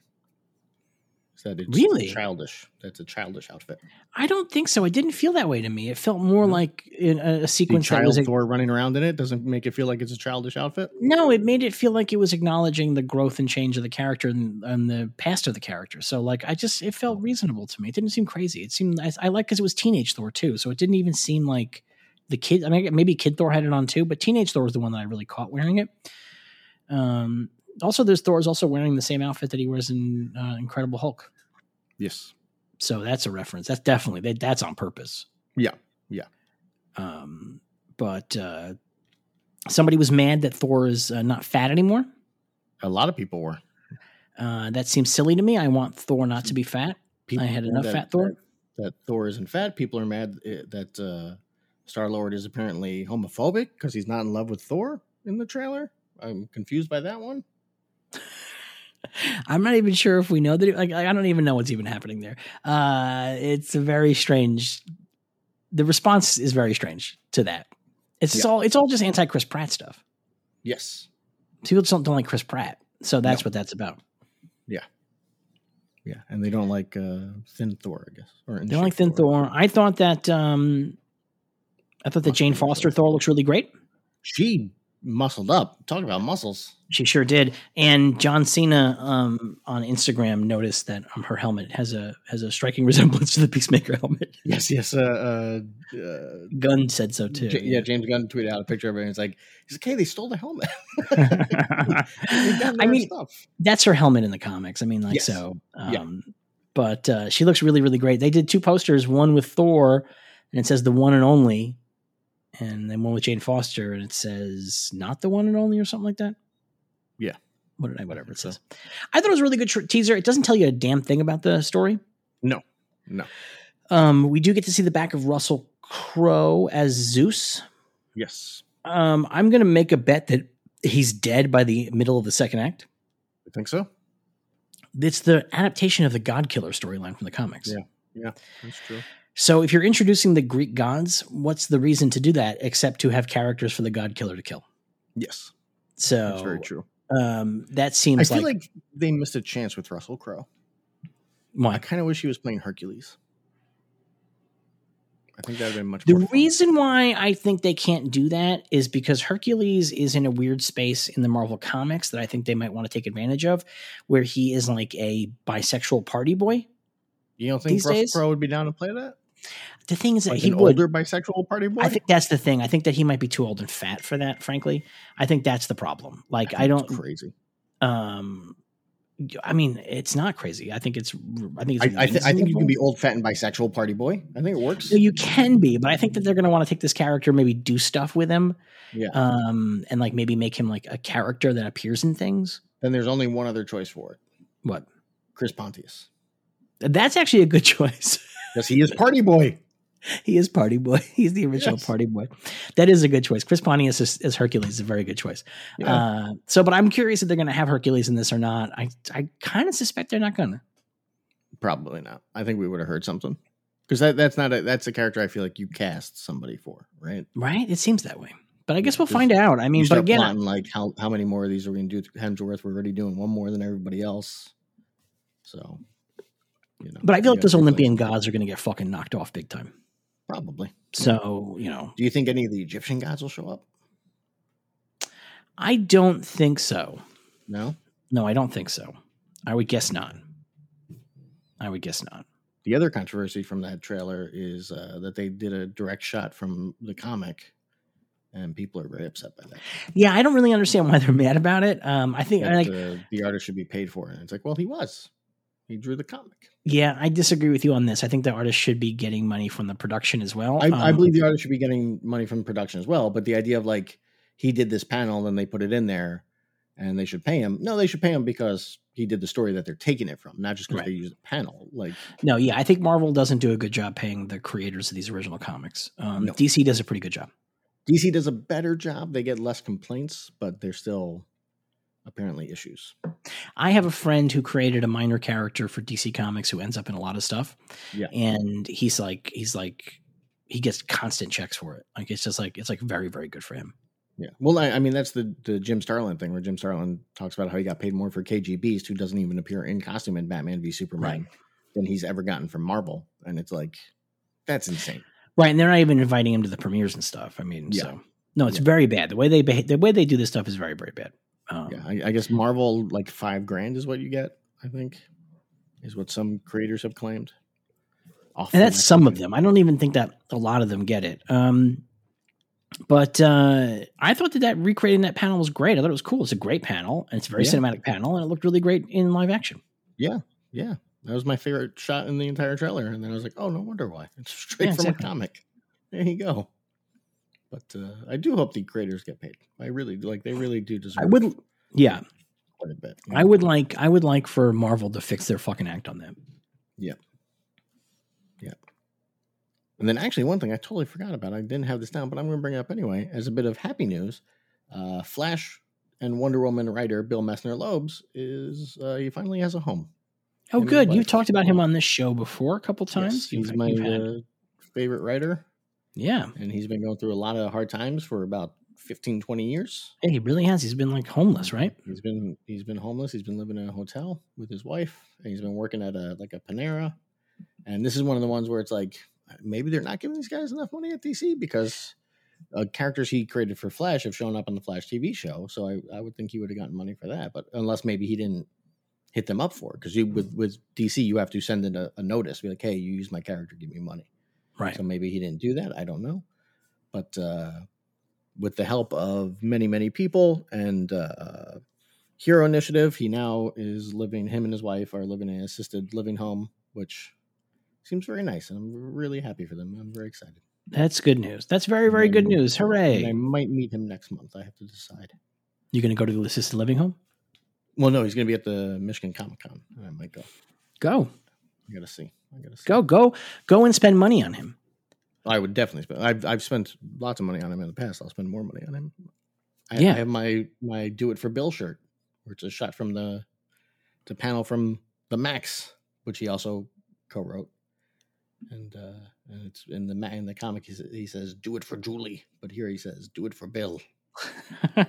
Speaker 3: Is that it's
Speaker 2: Really?
Speaker 3: childish? That's a childish outfit.
Speaker 2: I don't think so. It didn't feel that way to me. It felt more
Speaker 3: No.
Speaker 2: like in a, a
Speaker 3: The
Speaker 2: sequence that
Speaker 3: child
Speaker 2: was. a-
Speaker 3: Thor running around in it doesn't make it feel like it's a childish outfit.
Speaker 2: no, it made it feel like it was acknowledging the growth and change of the character and, and the past of the character. So, like, I just it felt reasonable to me. It didn't seem crazy. It seemed I, I like because it was teenage Thor too, so it didn't even seem like the kid. I mean, maybe Kid Thor had it on too, but teenage Thor was the one that I really caught wearing it. Um, also, there's Thor is also wearing the same outfit that he wears in uh, Incredible Hulk.
Speaker 3: Yes.
Speaker 2: So that's a reference. That's definitely that, that's on purpose.
Speaker 3: Yeah, yeah.
Speaker 2: Um, but uh, somebody was mad that Thor is uh, not fat anymore.
Speaker 3: A lot of people were.
Speaker 2: Uh, that seems silly to me. I want Thor not to be fat.
Speaker 3: People
Speaker 2: I had
Speaker 3: were
Speaker 2: enough
Speaker 3: that-
Speaker 2: fat Thor.
Speaker 3: That, that Thor isn't fat. People are mad eh, that uh, Star Lord is apparently homophobic because he's not in love with Thor in the trailer. I'm confused by that one.
Speaker 2: I'm not even sure if we know that. It, like, I don't even know what's even happening there. Uh, it's a very strange. The response is very strange to that. It's just all it's all just anti Chris Pratt stuff.
Speaker 3: Yes.
Speaker 2: People just don't, don't like Chris Pratt, so that's what that's about.
Speaker 3: Yeah, and they don't like uh, thin Thor, I guess. Or
Speaker 2: They don't like Thin Thor. I thought that um, I thought that
Speaker 3: Must
Speaker 2: Jane
Speaker 3: be enjoyable.
Speaker 2: Foster Thor looks really great.
Speaker 3: She muscled up. Talk about muscles.
Speaker 2: She sure did. And John Cena um, on Instagram noticed that um, her helmet has a has a striking resemblance to the Peacemaker helmet.
Speaker 3: Yes, yes. Uh, uh, uh,
Speaker 2: Gunn said so too.
Speaker 3: J- yeah, James Gunn tweeted out a picture of it, and it's like, he's like, "Hey, they stole the helmet." They've done
Speaker 2: I
Speaker 3: their
Speaker 2: mean,
Speaker 3: stuff.
Speaker 2: that's her helmet in the comics. I mean, like
Speaker 3: Yes.
Speaker 2: so. Um,
Speaker 3: Yeah.
Speaker 2: But uh, she looks really, really great. They did two posters, one with Thor, and it says the one and only, and then one with Jane Foster, and it says not the one and only or something like that.
Speaker 3: Yeah.
Speaker 2: What did I? Whatever
Speaker 3: think
Speaker 2: it
Speaker 3: so.
Speaker 2: says. I thought it was a really good tr- teaser. It doesn't tell you a damn thing about the story.
Speaker 3: No, no.
Speaker 2: Um, we do get to see the back of Russell Crowe as Zeus.
Speaker 3: yes,
Speaker 2: Um, I'm going to make a bet that he's dead by the middle of the second act.
Speaker 3: I think so.
Speaker 2: it's the adaptation of the God Killer storyline from the comics.
Speaker 3: Yeah. That's true.
Speaker 2: So if you're introducing the Greek gods, what's the reason to do that except to have characters for the God Killer to kill?
Speaker 3: Yes,
Speaker 2: So
Speaker 3: that's very true.
Speaker 2: Um, that
Speaker 3: I
Speaker 2: seems
Speaker 3: feel
Speaker 2: like,
Speaker 3: like they missed a chance with Russell Crowe. I
Speaker 2: why?
Speaker 3: kind of wish he was playing Hercules. I think that'd have been much.
Speaker 2: The
Speaker 3: more fun.
Speaker 2: reason why I think they can't do that is because Hercules is in a weird space in the Marvel comics that I think they might want to take advantage of, where he is like a bisexual party boy.
Speaker 3: you don't think
Speaker 2: these
Speaker 3: Russell
Speaker 2: days-
Speaker 3: Crowe would be down to play that?
Speaker 2: The thing is that
Speaker 3: Like
Speaker 2: he
Speaker 3: an
Speaker 2: would.
Speaker 3: older bisexual party boy.
Speaker 2: I think that's the thing. I think that he might be too old and fat for that. Frankly, I think that's the problem. Like I
Speaker 3: think it's
Speaker 2: don't
Speaker 3: crazy.
Speaker 2: um i mean it's not crazy i think it's i think it's
Speaker 3: I, I, th- I think you
Speaker 2: reasonable.
Speaker 3: can be old, fat, and bisexual party boy. I think it works.
Speaker 2: No, you can be but i think that they're going to want to take this character maybe do stuff with him
Speaker 3: Yeah.
Speaker 2: um and like maybe make him like a character that appears in things
Speaker 3: Then there's only one other choice for it:
Speaker 2: what
Speaker 3: Chris Pontius,
Speaker 2: that's actually a good choice
Speaker 3: because he is party boy.
Speaker 2: he is party boy he's the original
Speaker 3: Yes.
Speaker 2: party boy that is a good choice chris pontius as, as hercules is a very good choice
Speaker 3: Yeah.
Speaker 2: uh so but i'm curious if they're going to have hercules in this or not i i kind of suspect they're not gonna
Speaker 3: Probably not. I think we would have heard something because that, that's not a, that's a character I feel like you cast somebody for, right?
Speaker 2: right it seems that way but i guess we'll
Speaker 3: There's-
Speaker 2: find out i mean
Speaker 3: you
Speaker 2: but
Speaker 3: start
Speaker 2: again
Speaker 3: plotting like how how many more of these are we gonna do? Hemsworth, we're already doing one more than everybody else, so you know.
Speaker 2: But I
Speaker 3: you
Speaker 2: feel like
Speaker 3: gotta
Speaker 2: those
Speaker 3: replace-
Speaker 2: Olympian gods are going to get fucking knocked off big time.
Speaker 3: probably.
Speaker 2: So, you know,
Speaker 3: Do you think any of the Egyptian gods will show up?
Speaker 2: I don't think so.
Speaker 3: No.
Speaker 2: No, I don't think so. I would guess not. I would guess not.
Speaker 3: The other controversy from that trailer is uh, that they did a direct shot from the comic, and people are very upset by that.
Speaker 2: Yeah, I don't really understand why they're mad about it. Um, I think, I
Speaker 3: That,
Speaker 2: like,
Speaker 3: uh, the artist should be paid for it. And it's like, well, he was. He drew the comic.
Speaker 2: yeah, I disagree with you on this. I think the artist should be getting money from the production as well.
Speaker 3: I, I
Speaker 2: Um,
Speaker 3: believe the artist should be getting money from production as well. But the idea of like he did this panel and they put it in there, and they should pay him. No, they should pay him because he did the story that they're taking it from, not just because
Speaker 2: Right.
Speaker 3: they used the panel. Like,
Speaker 2: No, yeah, I think Marvel doesn't do a good job paying the creators of these original comics. Um,
Speaker 3: No.
Speaker 2: DC does a pretty good job.
Speaker 3: DC does a better job. They get less complaints, but there's still apparently issues.
Speaker 2: I have a friend who created a minor character for DC Comics who ends up in a lot of stuff.
Speaker 3: Yeah.
Speaker 2: And he's like, he's like, he gets constant checks for it. Like, it's just like, it's like very, very good for him.
Speaker 3: Yeah. Well, I, I mean, that's the the Jim Starlin thing where Jim Starlin talks about how he got paid more for KG Beast, who doesn't even appear in costume in Batman v Superman, than he's ever gotten from Marvel, and it's like that's insane.
Speaker 2: Right. And they're not even inviting him to the premieres and stuff. I mean,
Speaker 3: Yeah.
Speaker 2: so no, it's
Speaker 3: Yeah.
Speaker 2: very bad. The way they behave, the way they do this stuff is very, very bad. Um,
Speaker 3: Yeah, I, I guess Marvel like five grand is what you get. I think is what some creators have claimed. Off
Speaker 2: And
Speaker 3: the
Speaker 2: that's
Speaker 3: record.
Speaker 2: some of them. I don't even think that a lot of them get it. Um, but uh, I thought that that recreating that panel was great. I thought it was cool. It's a great panel, and it's a very
Speaker 3: Yeah.
Speaker 2: cinematic panel, and it looked really great in live action.
Speaker 3: Yeah, that was my favorite shot in the entire trailer, and then I was like, oh, no wonder why. It's straight
Speaker 2: Yeah,
Speaker 3: from
Speaker 2: exactly.
Speaker 3: a comic. There you go. But uh, I do hope the creators get paid. I really like. They really do deserve.
Speaker 2: I would, yeah,
Speaker 3: quite a bit.
Speaker 2: I would like I would like for Marvel to fix their fucking act on that.
Speaker 3: And then actually, one thing I totally forgot about, I didn't have this down, but I'm going to bring it up anyway as a bit of happy news. Uh, Flash and Wonder Woman writer Bill Messner Loebs is uh, he finally has a home.
Speaker 2: Oh,
Speaker 3: Him
Speaker 2: good.
Speaker 3: and
Speaker 2: You've
Speaker 3: Blake.
Speaker 2: talked about him on this show before a couple times.
Speaker 3: Yes, he's
Speaker 2: You've-
Speaker 3: my
Speaker 2: you've had-
Speaker 3: uh, favorite writer,
Speaker 2: yeah.
Speaker 3: and he's been going through a lot of hard times for about 15, 20 years.
Speaker 2: Yeah, he really has. He's been like homeless, right?
Speaker 3: He's been he's been homeless. He's been living in a hotel with his wife, and he's been working at a like a Panera. And this is one of the ones where it's like maybe they're not giving these guys enough money at DC because uh, characters he created for Flash have shown up on the Flash TV show, so I, I would think he would have gotten money for that. But unless maybe he didn't hit them up for it, because with with DC you have to send in a, a notice, be like, hey, you used my character, give me money.
Speaker 2: Right.
Speaker 3: So maybe he didn't do that. I don't know. But uh, with the help of many, many people and uh, Hero Initiative, he now is living, him and his wife are living in an assisted living home, which seems very nice. And I'm really happy for them. I'm very excited.
Speaker 2: That's good news. That's very, very good news.
Speaker 3: And I
Speaker 2: Hooray.
Speaker 3: might meet him next month. I have to decide.
Speaker 2: You're going to go to the assisted living home?
Speaker 3: Well, no, he's going to be at the Michigan Comic Con. I might go.
Speaker 2: Go,
Speaker 3: I got to see. I got to see.
Speaker 2: go, go, go and spend money on him.
Speaker 3: I would definitely spend. I've I've spent lots of money on him in the past. I'll spend more money on him. I,
Speaker 2: Yeah.
Speaker 3: I have my my do it for Bill shirt, which is shot from the the panel from the Max, which he also co-wrote. And uh and it's in the ma- in the comic he, sa- he says do it for Julie, but here he says do it for Bill.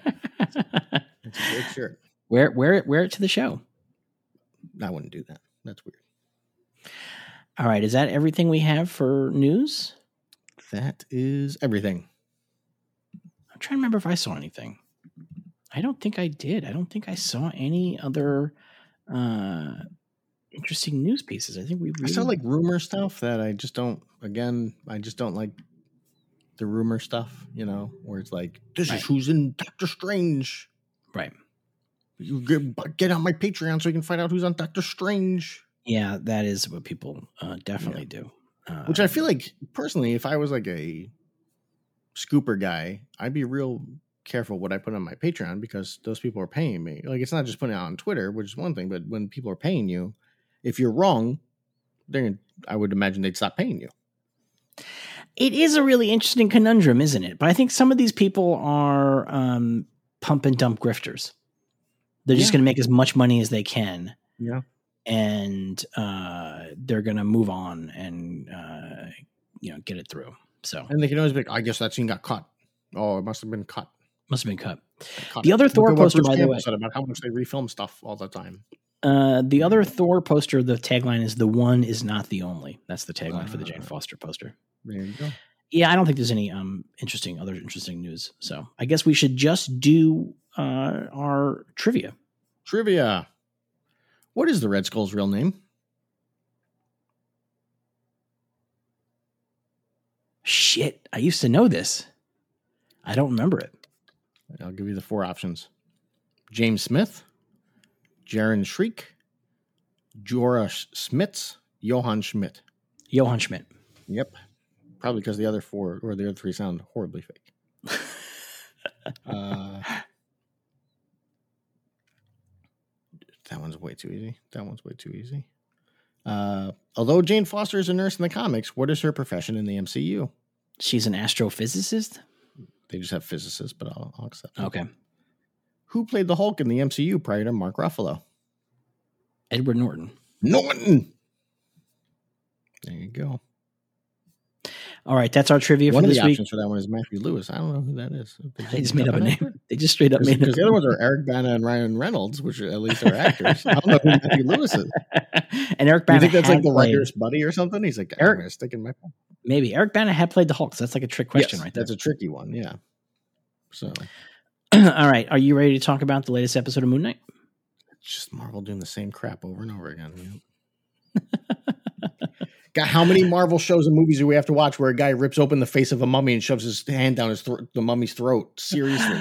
Speaker 3: It's a great shirt.
Speaker 2: wear, wear it, wear it to the show.
Speaker 3: I wouldn't do that. That's weird.
Speaker 2: All right. Is that everything we have for news?
Speaker 3: That is everything.
Speaker 2: I'm trying to remember if I saw anything. I don't think I did. I don't think I saw any other uh interesting news pieces. I think we
Speaker 3: I
Speaker 2: really,
Speaker 3: saw like rumor stuff that I just don't. Again, I just don't like the rumor stuff. You know, where it's like this
Speaker 2: Right.
Speaker 3: is who's in Doctor Strange.
Speaker 2: right.
Speaker 3: You get, but get on my Patreon so you can find out who's on Doctor Strange.
Speaker 2: Yeah, that is what people uh definitely do. Uh,
Speaker 3: Which I feel like personally, if I was like a scooper guy, I'd be real careful what I put on my Patreon because those people are paying me. Like it's not just putting it out on Twitter, which is one thing, but when people are paying you, if you're wrong, then I would imagine they'd stop paying you.
Speaker 2: it is a really interesting conundrum, isn't it? But I think some of these people are um pump and dump grifters. They're just
Speaker 3: Yeah.
Speaker 2: going to make as much money as they can
Speaker 3: Yeah.
Speaker 2: and uh they're going to move on and uh you know, get it through. So,
Speaker 3: And they can always be like, I guess that scene got cut. Oh, it must have been cut.
Speaker 2: must have been cut.
Speaker 3: cut.
Speaker 2: The other
Speaker 3: Look
Speaker 2: Thor
Speaker 3: at what
Speaker 2: poster,
Speaker 3: Bruce
Speaker 2: by the
Speaker 3: Campbell
Speaker 2: way.
Speaker 3: said about how much they refilm stuff all the time.
Speaker 2: Uh, the other
Speaker 3: Mm.
Speaker 2: Thor poster, the tagline is "The one is not the only." That's the tagline for the Jane
Speaker 3: Ah.
Speaker 2: Foster poster.
Speaker 3: There you go.
Speaker 2: Yeah, I don't think there's any um interesting other interesting news. So I guess we should just do uh, our trivia.
Speaker 3: Trivia. What is the Red Skull's real name?
Speaker 2: Shit, I used to know this. I don't remember it.
Speaker 3: I'll give you the four options James Smith, Jaron Shriek, Jorah Sch- Smits, Johann Schmidt.
Speaker 2: Johann Schmidt.
Speaker 3: Yep. Probably because the other four or the other three sound horribly fake. uh, that one's way too easy. That one's way too easy. Uh, although Jane Foster is a nurse in the comics, what is her profession in the MCU?
Speaker 2: She's an astrophysicist.
Speaker 3: They just have physicists, but I'll, I'll accept. it.
Speaker 2: Okay,
Speaker 3: Who played the Hulk in the MCU prior to Mark Ruffalo?
Speaker 2: Edward Norton.
Speaker 3: Norton. There you go.
Speaker 2: All right, that's our trivia
Speaker 3: One
Speaker 2: for
Speaker 3: of
Speaker 2: this
Speaker 3: the
Speaker 2: week.
Speaker 3: options for that one is Matthew Lewis. I don't know who that is.
Speaker 2: They just made up a name. They just straight up made
Speaker 3: Because the
Speaker 2: it.
Speaker 3: other ones are Eric Bana and Ryan Reynolds, which are at least are actors. I don't know who Matthew Lewis is.
Speaker 2: and Eric
Speaker 3: You
Speaker 2: Bana.
Speaker 3: think that's
Speaker 2: had
Speaker 3: like the
Speaker 2: played-
Speaker 3: writer's buddy or something? He's like,
Speaker 2: Eric-
Speaker 3: I'm going to stick in my phone.
Speaker 2: Maybe Eric Bana had played the Hulk. So that's like a trick question, right? There.
Speaker 3: That's a tricky one. Yeah. So
Speaker 2: All right, are you ready to talk about the latest episode of Moon Knight?
Speaker 3: it's just Marvel doing the same crap over and over again. Yep. God, how many Marvel shows and movies do we have to watch where a guy rips open the face of a mummy and shoves his hand down his thro- the mummy's throat? Seriously.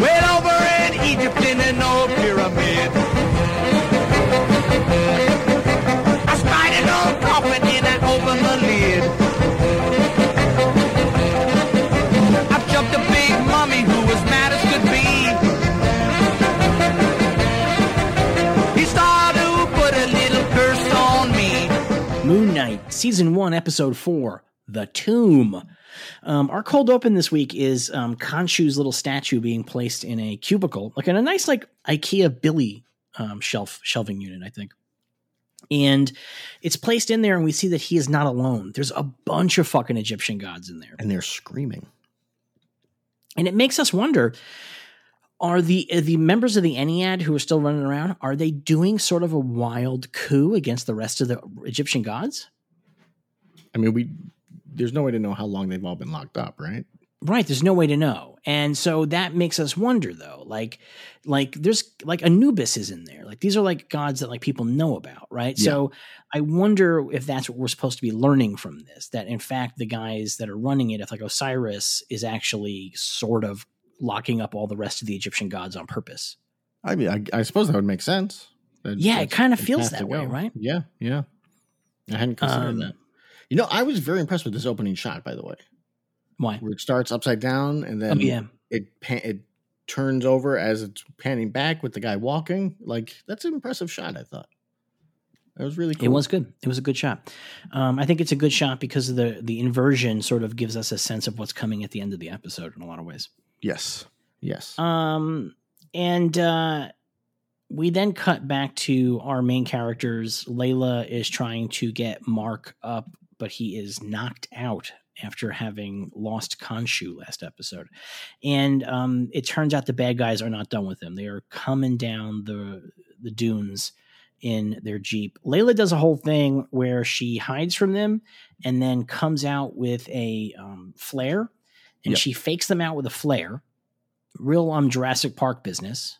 Speaker 4: Well, over in Egypt in an old pyramid. I spied an old coffin and I opened the lid. I jumped a big mummy who was mad as could be. He started to put a little curse on me.
Speaker 2: Moon Knight, season one, episode four, The Tomb. Um, our cold open this week is um, Khonshu's little statue being placed in a cubicle, like in a nice like IKEA Billy um, shelf shelving unit, I think. And it's placed in there, and we see that he is not alone. There's a bunch of fucking Egyptian gods in there.
Speaker 3: and they're screaming.
Speaker 2: And it makes us wonder are the uh, the members of the Ennead who are still running around are they doing sort of a wild coup against the rest of the Egyptian gods?
Speaker 3: I mean, we there's no way to know how long they've all been locked up, right?
Speaker 2: Right, there's no way to know. And so that makes us wonder though. Like like there's like Anubis is in there. Like these are like gods that like people know about, right? So I wonder if that's what we're supposed to be learning from this that in fact the guys that are running it if like Osiris is actually sort of locking up all the rest of the Egyptian gods on purpose.
Speaker 3: I mean, I, I suppose that would make sense. That-
Speaker 2: Yeah, it
Speaker 3: that's
Speaker 2: kind of
Speaker 3: the
Speaker 2: feels
Speaker 3: path to
Speaker 2: that way,
Speaker 3: go.
Speaker 2: right?
Speaker 3: Yeah, yeah. I hadn't considered
Speaker 2: Um,
Speaker 3: that. You know, I was very impressed with this opening shot, by the way,
Speaker 2: Why?
Speaker 3: where it starts upside down and then
Speaker 2: Oh, yeah.
Speaker 3: it pan- it turns over as it's panning back with the guy walking. Like that's an impressive shot. I thought that was really cool.
Speaker 2: It was good. It was a good shot. Um, I think it's a good shot because of the the inversion sort of gives us a sense of what's coming at the end of the episode in a lot of ways.
Speaker 3: yes, yes.
Speaker 2: Um, and uh, we then cut back to our main characters. Layla is trying to get Mark up, but he is knocked out after having lost Khonshu last episode. And um, it turns out the bad guys are not done with him. They are coming down the the dunes in their jeep. Layla does a whole thing where she hides from them and then comes out with a um, flare, and
Speaker 3: Yep.
Speaker 2: she fakes them out with a flare real um Jurassic Park business.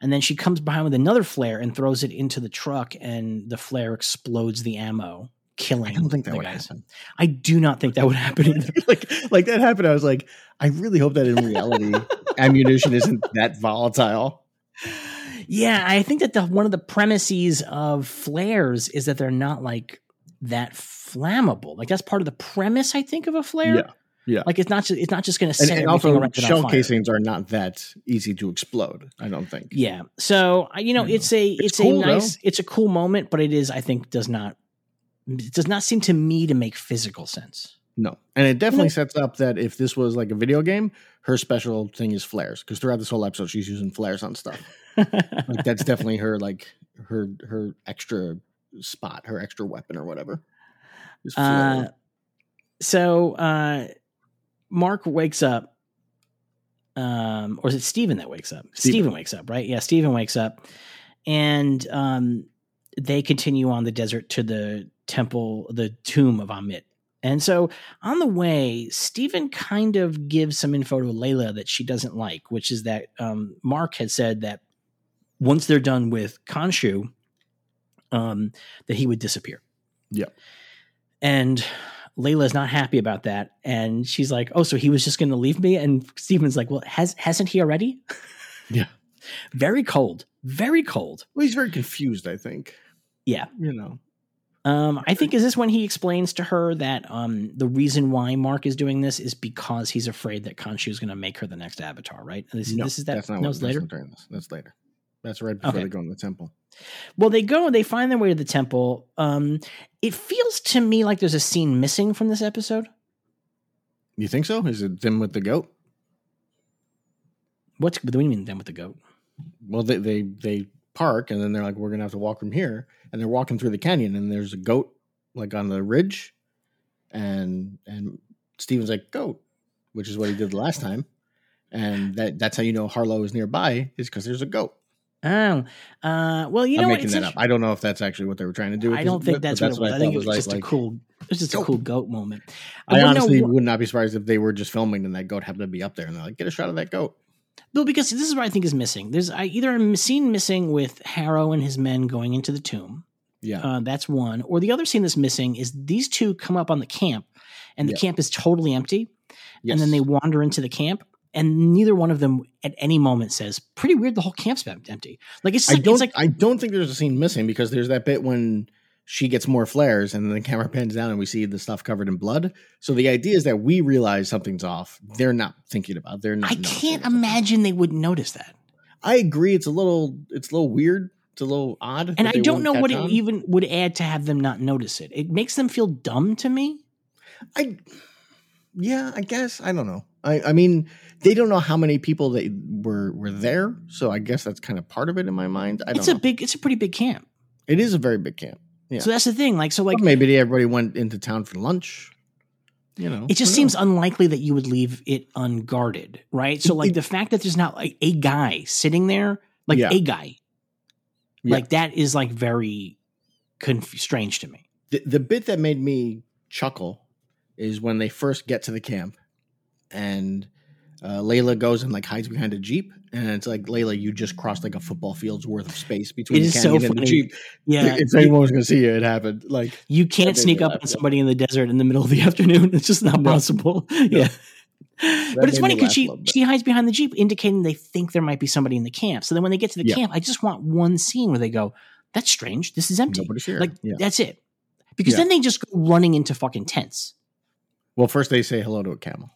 Speaker 2: And then she comes behind with another flare and throws it into the truck, and the flare explodes the ammo, killing.
Speaker 3: I don't think that
Speaker 2: the
Speaker 3: would
Speaker 2: guys.
Speaker 3: happen.
Speaker 2: I do not think that would happen either.
Speaker 3: like like that happened. I was like, I really hope that in reality, ammunition isn't that volatile.
Speaker 2: yeah, I think that the one of the premises of flares is that they're not like that flammable. Like that's part of the premise, I think, of a flare.
Speaker 3: Yeah, yeah.
Speaker 2: Like it's not just it's not just going to
Speaker 3: And,
Speaker 2: set
Speaker 3: and
Speaker 2: everything
Speaker 3: also,
Speaker 2: around it on
Speaker 3: shell
Speaker 2: fire.
Speaker 3: casings are not that easy to explode. I don't think.
Speaker 2: Yeah. So I- you know,
Speaker 3: Yeah.
Speaker 2: it's a
Speaker 3: It's
Speaker 2: it's,
Speaker 3: cool,
Speaker 2: a
Speaker 3: though.
Speaker 2: nice it's a cool moment, but it is I think does not it does not seem to me to make physical sense.
Speaker 3: No. And it definitely
Speaker 2: No.
Speaker 3: sets up that if this was like a video game, her special thing is flares because throughout this whole episode she's using flares on stuff. Like that's definitely her like her her extra spot, her extra weapon or whatever. Is
Speaker 2: Uh,
Speaker 3: flare.
Speaker 2: so uh, Mark wakes up. Um, or is it Steven that wakes up?
Speaker 3: Steven.
Speaker 2: Steven wakes up, right? Yeah, Steven wakes up. And um, they continue on the desert to the temple, the tomb of Amit. And so on the way, Stephen kind of gives some info to Layla that she doesn't like, which is that um, Mark had said that once they're done with Khonshu, um, that he would disappear.
Speaker 3: Yeah.
Speaker 2: And Layla's not happy about that. And she's like, Oh, so he was just gonna leave me? And Stephen's like, Well, has hasn't he already?
Speaker 3: Yeah.
Speaker 2: Very cold. Very cold.
Speaker 3: well, he's very confused, I think.
Speaker 2: Yeah.
Speaker 3: You know.
Speaker 2: Um, I think is this when he explains to her that um the reason why Mark is doing this is because he's afraid that Khonshu is going to make her the next Avatar, right? This,
Speaker 3: No,
Speaker 2: this is that.
Speaker 3: that's not
Speaker 2: no,
Speaker 3: what-
Speaker 2: it's
Speaker 3: that's
Speaker 2: later.
Speaker 3: not during this. That's later. That's right before
Speaker 2: Okay.
Speaker 3: they go in the temple.
Speaker 2: Well, they go, they find their way to the temple. Um, it feels to me like there's a scene missing from this episode.
Speaker 3: You think so? Is it them with the goat?
Speaker 2: What's what do you mean then with the goat?
Speaker 3: Well, they they they park and then they're like, we're gonna have to walk from here, and they're walking through the canyon, and there's a goat like on the ridge, and and Steven's like goat, which is what he did the last time, and that that's how you know Harlow is nearby is because there's a goat.
Speaker 2: Oh, uh, well, you know
Speaker 3: I'm
Speaker 2: what?
Speaker 3: making
Speaker 2: It's
Speaker 3: that
Speaker 2: int-
Speaker 3: up. I don't know if that's actually what they were trying to do. with
Speaker 2: I
Speaker 3: this,
Speaker 2: don't
Speaker 3: but
Speaker 2: think that's, what it was. I, think
Speaker 3: thought
Speaker 2: it was, just
Speaker 3: like,
Speaker 2: a cool, it was just a
Speaker 3: Goat.
Speaker 2: cool goat moment.
Speaker 3: I
Speaker 2: wonder
Speaker 3: honestly
Speaker 2: wh-
Speaker 3: would not be surprised if they were just filming and that goat happened to be up there, and they're like, get a shot of that goat.
Speaker 2: Well, because this is what I think is missing. There's I, either a scene missing with Harrow and his men going into the tomb.
Speaker 3: Yeah,
Speaker 2: Uh, that's one. Or the other scene that's missing is these two come up on the camp, and the
Speaker 3: Yeah.
Speaker 2: camp is totally empty.
Speaker 3: yes.
Speaker 2: And then they wander into the camp, and neither one of them at any moment says, "Pretty weird. The whole camp's been empty." Like it's
Speaker 3: I
Speaker 2: like,
Speaker 3: don't.
Speaker 2: it's like
Speaker 3: I don't think there's a scene missing because there's that bit when she gets more flares and then the camera pans down and we see the stuff covered in blood. So the idea is that we realize something's off. They're not thinking about. it. They're not.
Speaker 2: I
Speaker 3: noticing
Speaker 2: can't
Speaker 3: something.
Speaker 2: imagine they would notice that.
Speaker 3: I agree. It's a little. It's a little weird. It's a little odd.
Speaker 2: And
Speaker 3: that
Speaker 2: I
Speaker 3: they
Speaker 2: don't
Speaker 3: won't
Speaker 2: know what
Speaker 3: catch
Speaker 2: it
Speaker 3: on.
Speaker 2: even would add to have them not notice it. It makes them feel dumb to me.
Speaker 3: I. Yeah, I guess I don't know. I, I mean, they don't know how many people they were were there, so I guess that's kind of part of it in my mind. I don't
Speaker 2: It's
Speaker 3: know.
Speaker 2: a big. It's a pretty big camp.
Speaker 3: it is a very big camp. Yeah.
Speaker 2: So that's the thing. Like so, like
Speaker 3: Or maybe everybody went into town for lunch. you know,
Speaker 2: It just
Speaker 3: who
Speaker 2: seems
Speaker 3: knows?
Speaker 2: unlikely that you would leave it unguarded, right? So like the fact that there's not like a guy sitting there, like
Speaker 3: Yeah.
Speaker 2: a guy,
Speaker 3: Yeah.
Speaker 2: like that is like very conf- strange to me.
Speaker 3: the, the bit that made me chuckle is when they first get to the camp and uh, Layla goes and like hides behind a jeep, and it's like Layla, you just crossed like a football field's worth of space between
Speaker 2: It
Speaker 3: the
Speaker 2: is so
Speaker 3: canyon and the
Speaker 2: funny.
Speaker 3: jeep.
Speaker 2: Yeah,
Speaker 3: if
Speaker 2: you,
Speaker 3: anyone was gonna see you, it happened. Like
Speaker 2: you can't
Speaker 3: made
Speaker 2: sneak
Speaker 3: me
Speaker 2: up
Speaker 3: laugh,
Speaker 2: on
Speaker 3: yeah.
Speaker 2: somebody in the desert in the middle of the afternoon. It's just not
Speaker 3: No.
Speaker 2: possible. Yeah. But
Speaker 3: made
Speaker 2: it's
Speaker 3: me
Speaker 2: funny
Speaker 3: laugh
Speaker 2: because
Speaker 3: a
Speaker 2: she,
Speaker 3: little bit.
Speaker 2: she hides behind the Jeep, indicating they think there might be somebody in the camp. So then when they get to the
Speaker 3: Yeah.
Speaker 2: camp, I just want one scene where they go, That's strange. This is empty.
Speaker 3: nobody's here.
Speaker 2: Like,
Speaker 3: yeah.
Speaker 2: that's it. Because
Speaker 3: Yeah.
Speaker 2: then they just go running into fucking tents.
Speaker 3: Well, first they say hello to a camel.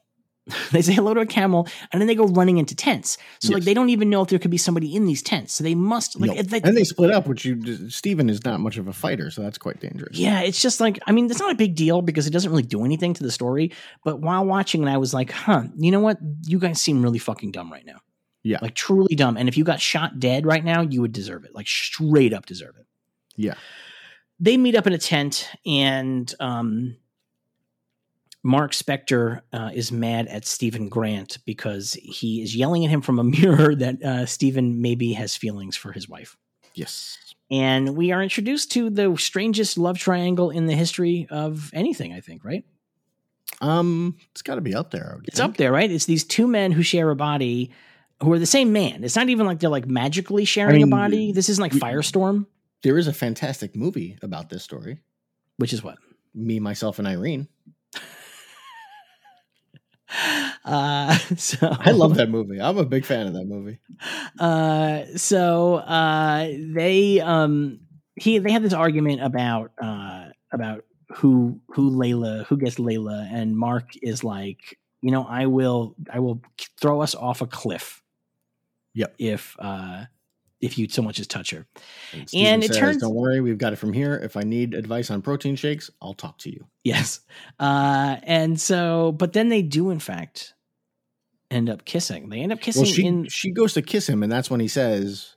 Speaker 2: They say hello to a camel, and then they go running into tents. So like
Speaker 3: Yes.
Speaker 2: they don't even know if there could be somebody in these tents. So they must like
Speaker 3: No.
Speaker 2: it- like-
Speaker 3: and they split up, which you Steven is not much of a fighter, so that's quite dangerous.
Speaker 2: yeah, it's just like I mean, it's not a big deal because it doesn't really do anything to the story. But while watching, it, I was like, huh, you know what? You guys seem really fucking dumb right now.
Speaker 3: Yeah.
Speaker 2: like truly dumb. And if you got shot dead right now, you would deserve it. Like straight up deserve it.
Speaker 3: Yeah.
Speaker 2: They meet up in a tent, and um, Mark Spector uh, is mad at Stephen Grant because he is yelling at him from a mirror that uh, Stephen maybe has feelings for his wife.
Speaker 3: Yes.
Speaker 2: And we are introduced to the strangest love triangle in the history of anything, I think, right?
Speaker 3: Um, it's got to be up there. I would
Speaker 2: It's
Speaker 3: think.
Speaker 2: up there, right? It's these two men who share a body who are the same man. It's not even like they're like magically sharing
Speaker 3: mean,
Speaker 2: a body. This isn't like
Speaker 3: we-
Speaker 2: Firestorm,
Speaker 3: There is a fantastic movie about this story.
Speaker 2: which is what?
Speaker 3: Me, myself, and Irene.
Speaker 2: Uh, so
Speaker 3: I love that movie. I'm a big fan of that movie.
Speaker 2: Uh, so uh, they um he they had this argument about uh about who who Layla who gets Layla and Mark is like you know I will I will throw us off a cliff.
Speaker 3: Yep.
Speaker 2: If uh if you so much as touch her.
Speaker 3: And,
Speaker 2: And it turns-
Speaker 3: don't worry, we've got it from here. If I need advice on protein shakes, I'll talk to you.
Speaker 2: Yes. Uh and so but then they do in fact end up kissing. They end up kissing
Speaker 3: Well, she
Speaker 2: in
Speaker 3: she goes to kiss him, and that's when he says,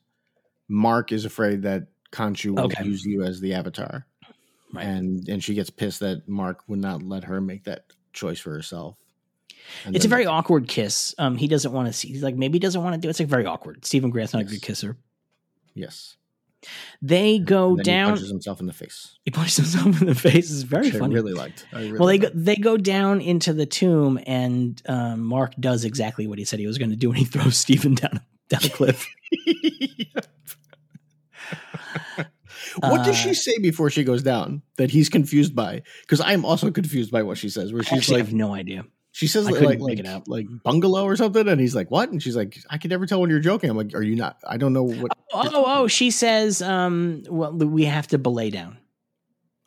Speaker 3: "Mark is afraid that Kanchu will
Speaker 2: Okay.
Speaker 3: use you as the avatar,"
Speaker 2: Right.
Speaker 3: and and she gets pissed that Mark would not let her make that choice for herself. And
Speaker 2: it's a
Speaker 3: then-
Speaker 2: very awkward kiss. Um, he doesn't want to see. He's like maybe he doesn't want to do. it. It's like very awkward. Stephen Grant's not
Speaker 3: Yes.
Speaker 2: a good kisser.
Speaker 3: yes.
Speaker 2: They go
Speaker 3: And then
Speaker 2: down.
Speaker 3: He punches himself in the face.
Speaker 2: he punches himself in the face. It's very
Speaker 3: Which I
Speaker 2: funny.
Speaker 3: really liked. I really
Speaker 2: well, they go,
Speaker 3: liked.
Speaker 2: they go down into the tomb, and um, Mark does exactly what he said he was going to do, and he throws Stephen down down a cliff.
Speaker 3: What does
Speaker 2: Uh,
Speaker 3: she say before she goes down that he's confused by? Because I am also confused by what she says. Where
Speaker 2: I
Speaker 3: she's
Speaker 2: actually
Speaker 3: like,
Speaker 2: have no idea.
Speaker 3: she says
Speaker 2: I
Speaker 3: like
Speaker 2: couldn't
Speaker 3: like
Speaker 2: make
Speaker 3: like,
Speaker 2: it out.
Speaker 3: like bungalow or something, and he's like, what? And she's like, I can never tell when you're joking. I'm like, are you not? I don't know what.
Speaker 2: Oh, oh, oh, she says, um, "Well, we have to belay down,"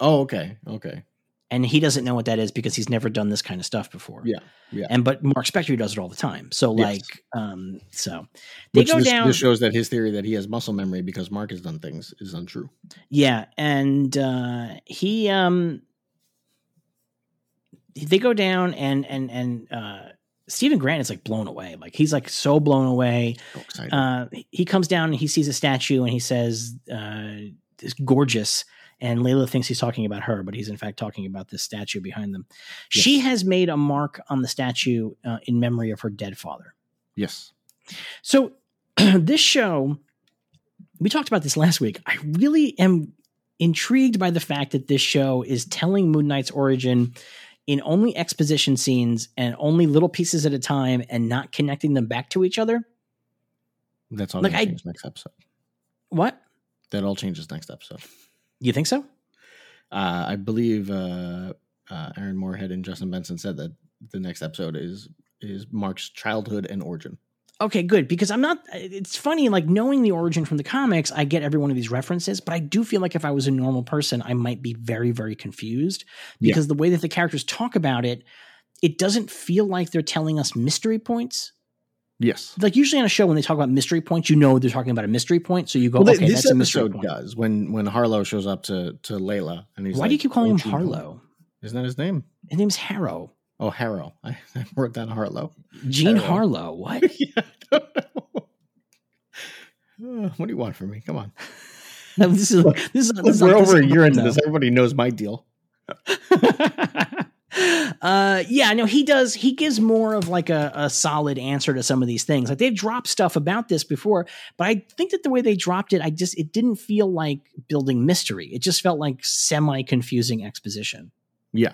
Speaker 3: Oh, okay, okay,
Speaker 2: and he doesn't know what that is because he's never done this kind of stuff before.
Speaker 3: yeah, yeah.
Speaker 2: And but Mark Spector does it all the time. So
Speaker 3: Yes.
Speaker 2: like, um, so they
Speaker 3: Which
Speaker 2: go
Speaker 3: this,
Speaker 2: down.
Speaker 3: this shows that his theory that he has muscle memory because Mark has done things is untrue.
Speaker 2: Yeah, and uh, he um they go down and and and uh Stephen Grant is like blown away. Like he's like so blown away.
Speaker 3: So excited.
Speaker 2: Uh he comes down and he sees a statue and he says uh it's gorgeous and Layla thinks he's talking about her, but he's in fact talking about this statue behind them. She
Speaker 3: Yes.
Speaker 2: has made a mark on the statue uh, in memory of her dead father.
Speaker 3: yes,
Speaker 2: So this show, we talked about this last week. I really am intrigued by the fact that this show is telling Moon Knight's origin in only exposition scenes and only little pieces at a time and not connecting them back to each other.
Speaker 3: that's all.
Speaker 2: Like,
Speaker 3: gonna
Speaker 2: I-
Speaker 3: change next episode.
Speaker 2: What?
Speaker 3: That all changes next episode.
Speaker 2: You think so?
Speaker 3: Uh, I believe uh, uh, Aaron Moorhead and Justin Benson said that the next episode is is Mark's childhood and origin.
Speaker 2: Okay, good. Because I'm not, it's funny, like knowing the origin from the comics, I get every one of these references, but I do feel like if I was a normal person, I might be very, very confused
Speaker 3: Yeah.
Speaker 2: because the way that the characters talk about it, it doesn't feel like they're telling us mystery points.
Speaker 3: Yes.
Speaker 2: like usually on a show when they talk about mystery points, you know they're talking about a mystery point, so you go,
Speaker 3: Well,
Speaker 2: okay,
Speaker 3: this
Speaker 2: that's a mystery
Speaker 3: episode
Speaker 2: point.
Speaker 3: does when when Harlow shows up to to Layla and he's
Speaker 2: Why
Speaker 3: like,
Speaker 2: do you keep calling him
Speaker 3: "Don't you know-"
Speaker 2: Harlow?
Speaker 3: Isn't that his name?
Speaker 2: His name's Harrow.
Speaker 3: Oh, Harrow. I, I wrote down Harlow.
Speaker 2: Gene
Speaker 3: Harrow.
Speaker 2: Harlow. What?
Speaker 3: yeah, I don't know. Uh, what do you want from me? Come on.
Speaker 2: this is this is, this is
Speaker 3: We're over a
Speaker 2: this is-
Speaker 3: year into
Speaker 2: no.
Speaker 3: this. Everybody knows my deal.
Speaker 2: Uh, yeah, no, he does. He gives more of like a, a solid answer to some of these things. Like they've dropped stuff about this before, but I think that the way they dropped it, I just it didn't feel like building mystery. It just felt like semi confusing exposition.
Speaker 3: Yeah.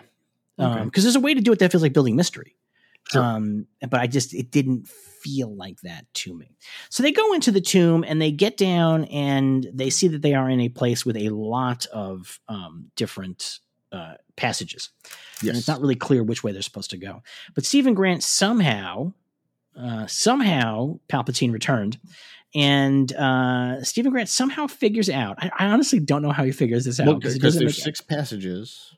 Speaker 2: because
Speaker 3: Okay.
Speaker 2: there's a way to do it that feels like building mystery.
Speaker 3: Sure.
Speaker 2: Um, but I just it didn't feel like that to me. So they go into the tomb and they get down and they see that they are in a place with a lot of um, different uh, passages. And
Speaker 3: Yes.
Speaker 2: it's not really clear which way they're supposed to go. But Stephen Grant somehow, uh, somehow Palpatine returned. And uh, Stephen Grant somehow figures out. I, I honestly don't know how he figures this out because it
Speaker 3: because
Speaker 2: doesn't make
Speaker 3: there's six passages,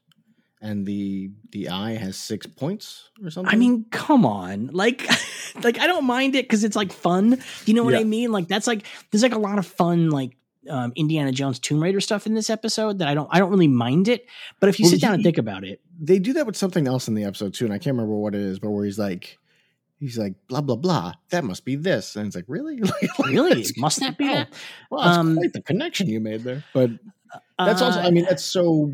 Speaker 3: and the the eye has six points or something.
Speaker 2: I mean, come on. Like like I don't mind it because it's like fun. Do you know what
Speaker 3: Yeah.
Speaker 2: I mean? Like that's like there's like a lot of fun like um, Indiana Jones Tomb Raider stuff in this episode that I don't I don't really mind it. But if you
Speaker 3: Well,
Speaker 2: sit down and
Speaker 3: he-
Speaker 2: think about it,
Speaker 3: they do that with something else in the episode too, and I can't remember what it is, but where he's like, he's like, blah blah blah. That must be this, and it's like, really, Like,
Speaker 2: really,
Speaker 3: that's-
Speaker 2: must that be
Speaker 3: wow.
Speaker 2: that?
Speaker 3: Wow, that's
Speaker 2: Um,
Speaker 3: quite the connection you made there. But that's also,
Speaker 2: Uh,
Speaker 3: I mean, that's so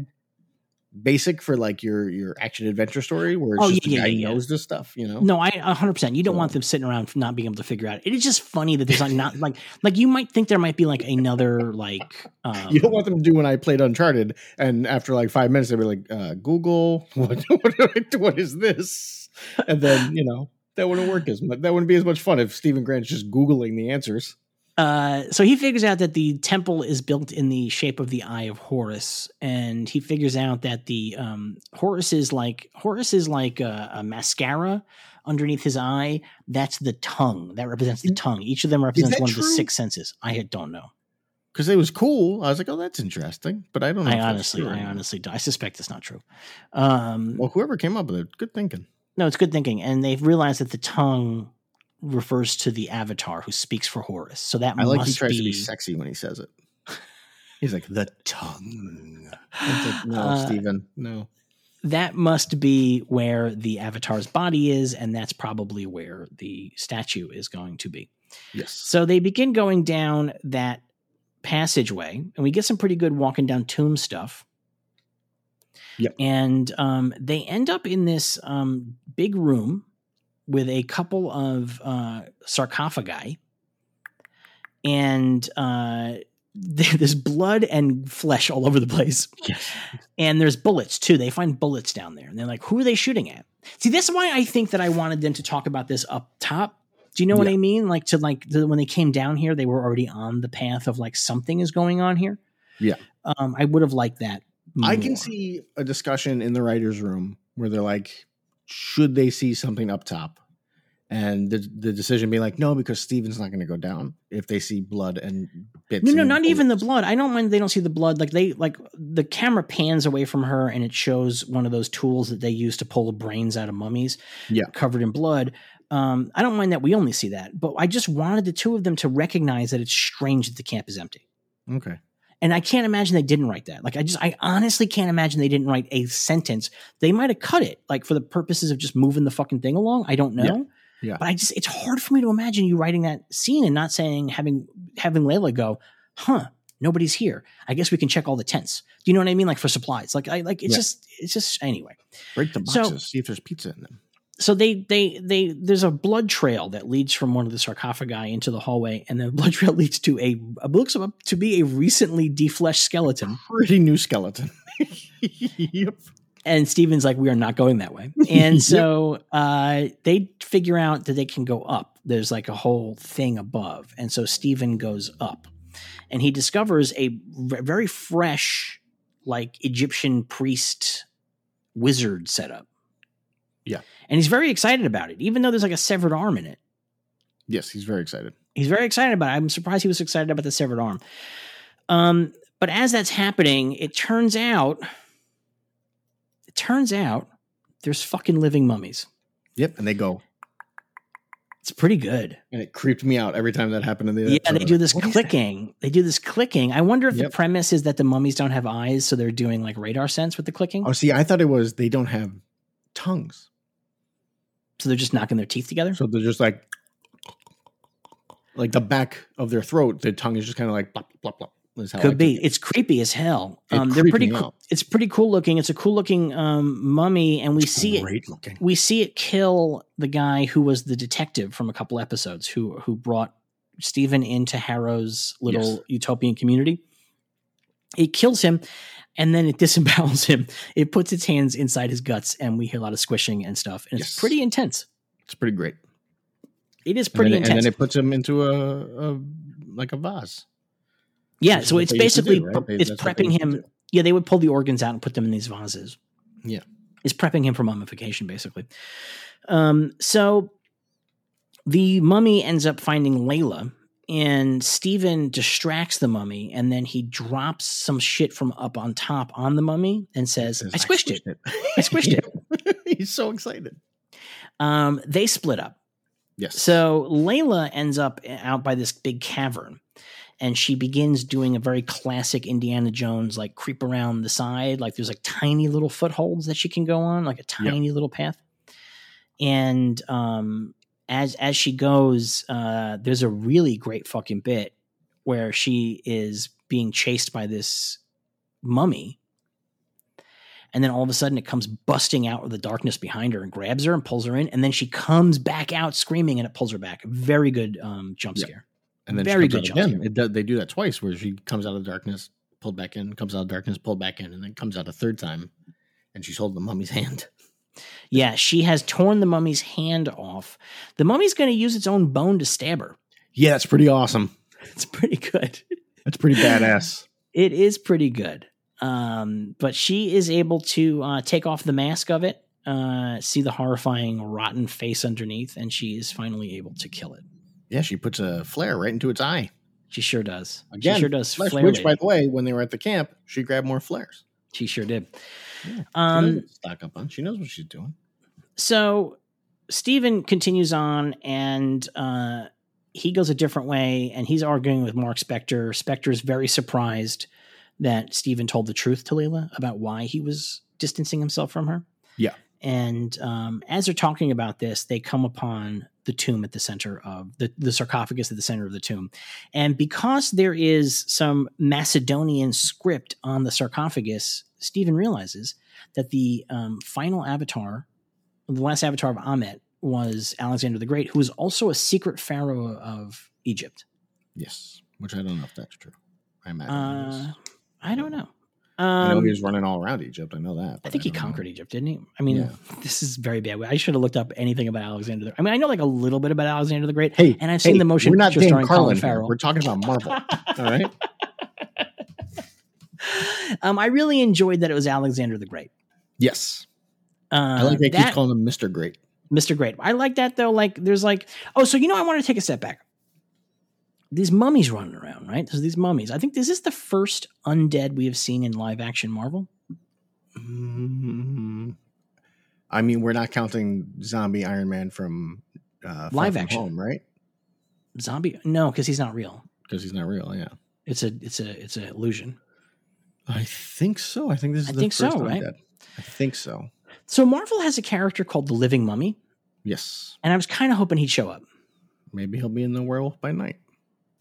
Speaker 3: basic for like your your action adventure story where it's
Speaker 2: Oh,
Speaker 3: just
Speaker 2: yeah,
Speaker 3: a guy
Speaker 2: yeah, yeah.
Speaker 3: knows this stuff, you know.
Speaker 2: No, I 100%. You don't
Speaker 3: So-
Speaker 2: want them sitting around for not being able to figure out. It is just funny that there's like not like like you might think there might be like another like um
Speaker 3: You don't want them to do when I played Uncharted, and after like five minutes, they'd be like, uh, "Google, what, what, do I- what is this?" And then you know that wouldn't work as much. That wouldn't be as much fun if Stephen Grant's just googling the answers.
Speaker 2: Uh, so he figures out that the temple is built in the shape of the eye of Horus, and he figures out that the um, Horus is like Horus is like a, a mascara underneath his eye. That's the tongue. That represents the tongue. Each of them represents
Speaker 3: that
Speaker 2: one of the
Speaker 3: true?
Speaker 2: six senses. I don't know.
Speaker 3: Because it was cool. I was like, "Oh, that's interesting," but I don't. know
Speaker 2: I
Speaker 3: if Oh, that's
Speaker 2: honestly,
Speaker 3: true or
Speaker 2: I
Speaker 3: not.
Speaker 2: honestly, don't. I suspect it's not true. Um,
Speaker 3: Well, whoever came up with it, good thinking.
Speaker 2: no, it's good thinking, and they've realized that the tongue refers to the avatar who speaks for Horus. So that
Speaker 3: I like
Speaker 2: must
Speaker 3: he tries
Speaker 2: be,
Speaker 3: to be sexy when he says it. He's like the tongue. It's like, no,
Speaker 2: Uh,
Speaker 3: Stephen, no.
Speaker 2: that must be where the avatar's body is, and that's probably where the statue is going to be.
Speaker 3: Yes.
Speaker 2: So they begin going down that passageway, and we get some pretty good walking down tomb stuff.
Speaker 3: Yep.
Speaker 2: And um, they end up in this um, big room with a couple of uh, sarcophagi, and uh, there's blood and flesh all over the place
Speaker 3: Yes.
Speaker 2: and there's bullets too. They find bullets down there, and they're like, "Who are they shooting at?" See, that's why I think that I wanted them to talk about this up top. Do you know what
Speaker 3: Yeah.
Speaker 2: I mean? Like to like the, when they came down here, they were already on the path of like something is going on here.
Speaker 3: Yeah.
Speaker 2: um, I would have liked that.
Speaker 3: I can
Speaker 2: more.
Speaker 3: see a discussion in the writers' room where they're like, "Should they see something up top?" And the the decision being like, "No, because Steven's not going to go down if they see blood and bits."
Speaker 2: No, no,
Speaker 3: and
Speaker 2: not even the
Speaker 3: bullets."
Speaker 2: blood. I don't mind they don't see the blood. Like they like the camera pans away from her and it shows one of those tools that they use to pull the brains out of mummies.
Speaker 3: Yeah.
Speaker 2: Covered in blood. Um, I don't mind that we only see that, but I just wanted the two of them to recognize that it's strange that the camp is empty.
Speaker 3: Okay.
Speaker 2: And I can't imagine they didn't write that. Like I just I honestly can't imagine they didn't write a sentence. They might have cut it, like for the purposes of just moving the fucking thing along. I don't know.
Speaker 3: Yeah. Yeah.
Speaker 2: But I just it's hard for me to imagine you writing that scene and not saying having having Layla go, huh, nobody's here. I guess we can check all the tents. Do you know what I mean? Like for supplies. Like I like it's
Speaker 3: Yeah.
Speaker 2: just it's just anyway.
Speaker 3: Break the
Speaker 2: So-
Speaker 3: boxes. see if there's pizza in them.
Speaker 2: So they they they there's a blood trail that leads from one of the sarcophagi into the hallway, and the blood trail leads to a looks up to be a recently defleshed skeleton.
Speaker 3: Pretty new skeleton. yep.
Speaker 2: And Steven's like, we are not going that way. And so uh, they figure out that they can go up. There's like a whole thing above. And so Steven goes up and he discovers a v- very fresh, like Egyptian priest wizard setup.
Speaker 3: Yeah.
Speaker 2: And he's very excited about it, even though there's like a severed arm in it.
Speaker 3: Yes, he's very excited.
Speaker 2: He's very excited about it. I'm surprised he was excited about the severed arm. Um, but as that's happening, it turns out, it turns out there's fucking living mummies.
Speaker 3: Yep. And they go,
Speaker 2: It's pretty good.
Speaker 3: and it creeped me out every time that happened in the.
Speaker 2: Yeah,
Speaker 3: episode.
Speaker 2: they do this
Speaker 3: What is
Speaker 2: clicking. They do this clicking. I wonder if the
Speaker 3: Yep.
Speaker 2: premise is that the mummies don't have eyes, so they're doing like radar sense with the clicking.
Speaker 3: that? Oh, see, I thought it was they don't have tongues,
Speaker 2: So they're just knocking their teeth together.
Speaker 3: so they're just like, like the back of their throat. Their tongue is just kind of like plop, plop, plop. is how I
Speaker 2: Could
Speaker 3: took
Speaker 2: be.
Speaker 3: it.
Speaker 2: It's creepy as hell.
Speaker 3: It
Speaker 2: Um, they're
Speaker 3: creeped
Speaker 2: pretty.
Speaker 3: me
Speaker 2: Cool.
Speaker 3: out.
Speaker 2: It's pretty cool looking. It's a cool looking um, mummy, and we see it.
Speaker 3: great looking.
Speaker 2: We see it kill the guy who was the detective from a couple episodes, who who brought Stephen into Harrow's little
Speaker 3: Yes.
Speaker 2: utopian community. It kills him, and then it disembowels him. It puts its hands inside his guts, and we hear a lot of squishing and stuff. And
Speaker 3: Yes.
Speaker 2: it's pretty intense.
Speaker 3: It's pretty great.
Speaker 2: It is
Speaker 3: And then
Speaker 2: pretty
Speaker 3: it-
Speaker 2: intense.
Speaker 3: And then it puts him into a, a like a vase.
Speaker 2: yeah,
Speaker 3: which is
Speaker 2: so
Speaker 3: what
Speaker 2: it's
Speaker 3: they used to
Speaker 2: basically
Speaker 3: do, right?
Speaker 2: pre-
Speaker 3: They-
Speaker 2: it's
Speaker 3: that's what they
Speaker 2: prepping
Speaker 3: used to
Speaker 2: him
Speaker 3: do.
Speaker 2: yeah, they would pull the organs out and put them in these vases.
Speaker 3: Yeah.
Speaker 2: It's prepping him for mummification, basically. Um, so the mummy ends up finding Layla, and Stephen distracts the mummy, and then he drops some shit from up on top on the mummy and says,
Speaker 3: Says,
Speaker 2: I squished it.
Speaker 3: I
Speaker 2: I squished it.
Speaker 3: it. He's so excited.
Speaker 2: Um, they split up.
Speaker 3: Yes.
Speaker 2: So Layla ends up eh, out by this big cavern and she begins doing a very classic Indiana Jones like creep around the side. Like there's like tiny little footholds that she can go on, like a tiny little path. And um as as she goes, uh there's a really great fucking bit where she is being chased by this mummy. And then all of a sudden it comes busting out of the darkness behind her and grabs her and pulls her in. And then she comes back out screaming and it pulls her back. Very good um, jump
Speaker 3: Yeah.
Speaker 2: scare.
Speaker 3: and then
Speaker 2: very
Speaker 3: she comes
Speaker 2: good
Speaker 3: out
Speaker 2: job
Speaker 3: again. It do- they do that twice, where she comes out of darkness, pulled back in, comes out of darkness, pulled back in, and then comes out a third time, and she's holding the mummy's hand.
Speaker 2: Yeah, she has torn the mummy's hand off. The mummy's going to use its own bone to stab her.
Speaker 3: Yeah, that's pretty awesome.
Speaker 2: It's pretty good.
Speaker 3: That's pretty badass.
Speaker 2: It is pretty good. Um, but she is able to uh, take off the mask of it, uh, see the horrifying, rotten face underneath, and she is finally able to kill it.
Speaker 3: yeah, she puts a flare right into its eye.
Speaker 2: She sure does.
Speaker 3: Again,
Speaker 2: she sure does.
Speaker 3: Flash,
Speaker 2: Flare
Speaker 3: which, by
Speaker 2: lady.
Speaker 3: the way, when they were at the camp, she grabbed more flares.
Speaker 2: she sure did.
Speaker 3: Yeah, she knows
Speaker 2: Um,
Speaker 3: what to stock up on. She knows what she's doing.
Speaker 2: so Stephen continues on and uh, he goes a different way and he's arguing with Mark Spector. Spector is very surprised that Stephen told the truth to Leila about why he was distancing himself from her.
Speaker 3: Yeah.
Speaker 2: And um, as they're talking about this, they come upon the tomb at the center of the, the sarcophagus at the center of the tomb. And because there is some Macedonian script on the sarcophagus, Stephen realizes that the um, final avatar the last avatar of Amet was Alexander the Great, who was also a secret pharaoh of Egypt.
Speaker 3: Yes, which I don't know if that's true. I imagine. it is.
Speaker 2: Uh, I don't know. Um,
Speaker 3: I
Speaker 2: I,
Speaker 3: know he was running all around Egypt. I know that. but
Speaker 2: think he
Speaker 3: don't know.
Speaker 2: conquered Egypt, didn't he? I mean,
Speaker 3: Yeah.
Speaker 2: this is very bad. I should have looked up anything about Alexander. The, I mean, I know like a little bit about Alexander the Great.
Speaker 3: Hey,
Speaker 2: and I've seen the motion
Speaker 3: we're not
Speaker 2: picture
Speaker 3: Dan
Speaker 2: starring Colin
Speaker 3: Carlin here.
Speaker 2: Farrell.
Speaker 3: We're talking about Marvel. all right.
Speaker 2: um, I really enjoyed that it was Alexander the Great.
Speaker 3: Yes,
Speaker 2: Uh,
Speaker 3: I like they keep
Speaker 2: that,
Speaker 3: calling him Mister Great.
Speaker 2: Mr. Great. I like that though. Like, there's like, oh, so you know, I want to take a step back. These mummies running around, right? So these mummies. I think this is the first undead we have seen in live action Marvel.
Speaker 3: Mm, I mean, we're not counting zombie Iron Man from uh, Far
Speaker 2: Live
Speaker 3: From
Speaker 2: action.
Speaker 3: Home, right?
Speaker 2: Zombie? No, because he's not real.
Speaker 3: Because he's not real. Yeah,
Speaker 2: It's a it's a it's an illusion.
Speaker 3: I think so. I think this is
Speaker 2: I
Speaker 3: the
Speaker 2: think so,
Speaker 3: first
Speaker 2: right?
Speaker 3: undead. I think so.
Speaker 2: So Marvel has a character called the Living Mummy,
Speaker 3: Yes,
Speaker 2: and I was kind of hoping he'd show up.
Speaker 3: maybe he'll be in the Werewolf by Night.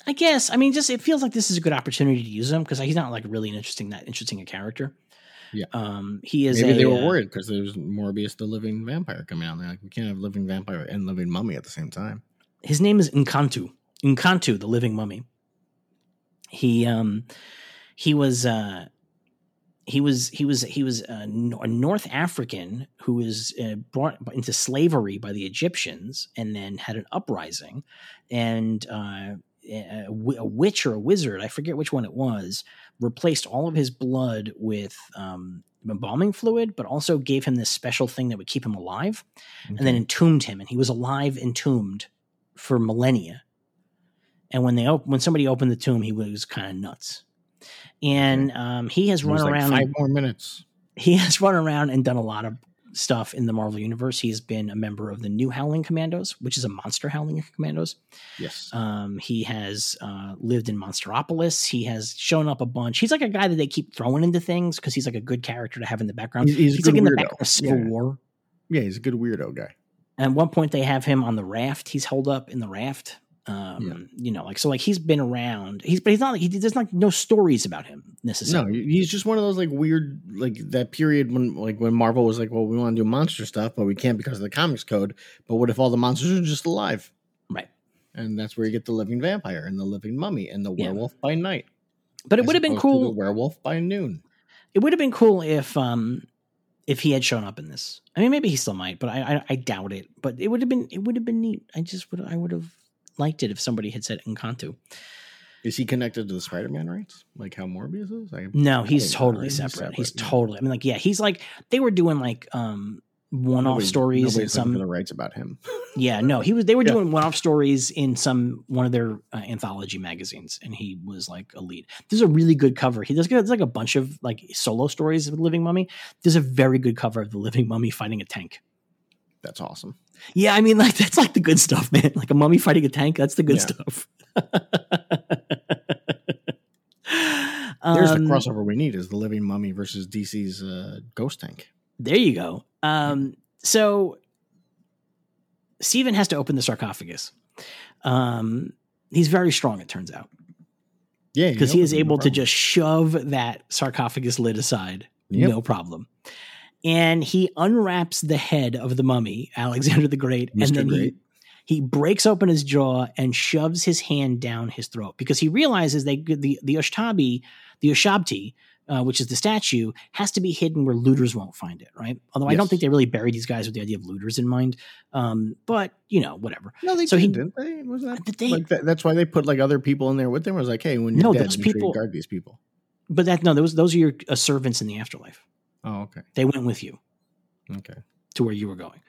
Speaker 2: I guess. I mean, just it feels like this is a good opportunity to use him because he's not like really an interesting that interesting a character.
Speaker 3: Yeah.
Speaker 2: Um. He is.
Speaker 3: Maybe
Speaker 2: a,
Speaker 3: they were
Speaker 2: uh,
Speaker 3: worried because there's Morbius, the living vampire, coming out. They're like, we can't have living vampire and living mummy at the same time.
Speaker 2: his name is Nkantu. Nkantu, the living mummy. He um he was uh he was he was he was a, N- a North African who was uh, brought into slavery by the Egyptians and then had an uprising and uh a, wi- a witch or a wizard, I forget which one it was, replaced all of his blood with um embalming fluid but also gave him this special thing that would keep him alive and then entombed him, and he was alive entombed for millennia. And when they op- when somebody opened the tomb, he was kind of nuts. And um, he has
Speaker 3: It
Speaker 2: run
Speaker 3: was like
Speaker 2: around.
Speaker 3: five more minutes.
Speaker 2: he has run around and done a lot of stuff in the Marvel universe. He has been a member of the New Howling Commandos, which is a monster howling commandos.
Speaker 3: Yes.
Speaker 2: Um, he has uh, lived in Monsteropolis. He has shown up a bunch. He's like a guy that they keep throwing into things because he's like a good character to have in the background.
Speaker 3: He's- he's a
Speaker 2: like
Speaker 3: good
Speaker 2: in the
Speaker 3: weirdo.
Speaker 2: background of Civil
Speaker 3: Yeah.
Speaker 2: War.
Speaker 3: yeah, he's a good weirdo guy.
Speaker 2: At one point, they have him on the raft. He's held up in the raft Um, you know, like so, like he's been around. He's but he's not. He, there's like no stories about him
Speaker 3: No,
Speaker 2: necessarily.
Speaker 3: he's just one of those like weird, like that period when like when Marvel was like, well, we want to do monster stuff, but we can't because of the comics code. But what if all the monsters are just alive?
Speaker 2: Right.
Speaker 3: And that's where you get the living vampire and the living mummy and the
Speaker 2: Yeah.
Speaker 3: werewolf by night.
Speaker 2: But it
Speaker 3: as
Speaker 2: would have been
Speaker 3: opposed to
Speaker 2: cool.
Speaker 3: The werewolf by noon.
Speaker 2: It would have been cool if um if he had shown up in this. I mean, maybe he still might, but I I, I doubt it. But it would have been it would have been neat. I just would I would have liked it if somebody had said Encanto.
Speaker 3: Is he connected to the Spider-Man rights? Like how Morbius is? I,
Speaker 2: No, he's
Speaker 3: think-
Speaker 2: totally
Speaker 3: he's
Speaker 2: separate.
Speaker 3: separate,
Speaker 2: He's
Speaker 3: yeah.
Speaker 2: totally. I mean, like yeah, he's like they were doing like um one-off
Speaker 3: nobody-
Speaker 2: stories and
Speaker 3: nobody's looking
Speaker 2: some
Speaker 3: for the rights about him.
Speaker 2: Yeah, no, he was. They were
Speaker 3: Yeah.
Speaker 2: doing one-off stories in some one of their uh, anthology magazines, and he was like a lead. There's a really good cover. He does. There's like a bunch of like solo stories of the Living Mummy. There's a very good cover of the Living Mummy fighting a tank.
Speaker 3: That's awesome.
Speaker 2: Yeah, I mean, like that's like the good stuff, man. Like a mummy fighting a tank. That's the good
Speaker 3: Yeah.
Speaker 2: stuff.
Speaker 3: There's
Speaker 2: Um,
Speaker 3: the crossover we need is the living mummy versus DC's uh, ghost tank.
Speaker 2: There you go. Um, so Stephen has to open the sarcophagus. Um, he's very strong, it turns out,
Speaker 3: Yeah, you
Speaker 2: because
Speaker 3: know,
Speaker 2: he is
Speaker 3: no
Speaker 2: able to
Speaker 3: problem.
Speaker 2: just shove that sarcophagus lid aside,
Speaker 3: Yep.
Speaker 2: no problem. And he unwraps the head of the mummy, Alexander the Great,
Speaker 3: Mr.
Speaker 2: and then
Speaker 3: Great.
Speaker 2: he he breaks open his jaw and shoves his hand down his throat because he realizes they the the Ushtabi, the Ushabti, uh, which is the statue, has to be hidden where looters won't find it, right? Although I don't
Speaker 3: Yes.
Speaker 2: think they really buried these guys with the idea of looters in mind. Um, but you know, whatever.
Speaker 3: No, they
Speaker 2: So
Speaker 3: did,
Speaker 2: he-
Speaker 3: didn't they? Wasn't that
Speaker 2: But they,
Speaker 3: like that, that's why they put like other people in there with them. It was like, hey, when you're
Speaker 2: No,
Speaker 3: dead,
Speaker 2: those
Speaker 3: make sure you
Speaker 2: people-
Speaker 3: guard these people.
Speaker 2: but that no, those those are your uh, servants in the afterlife.
Speaker 3: Oh, okay,
Speaker 2: They went with you
Speaker 3: okay.
Speaker 2: to where you were going.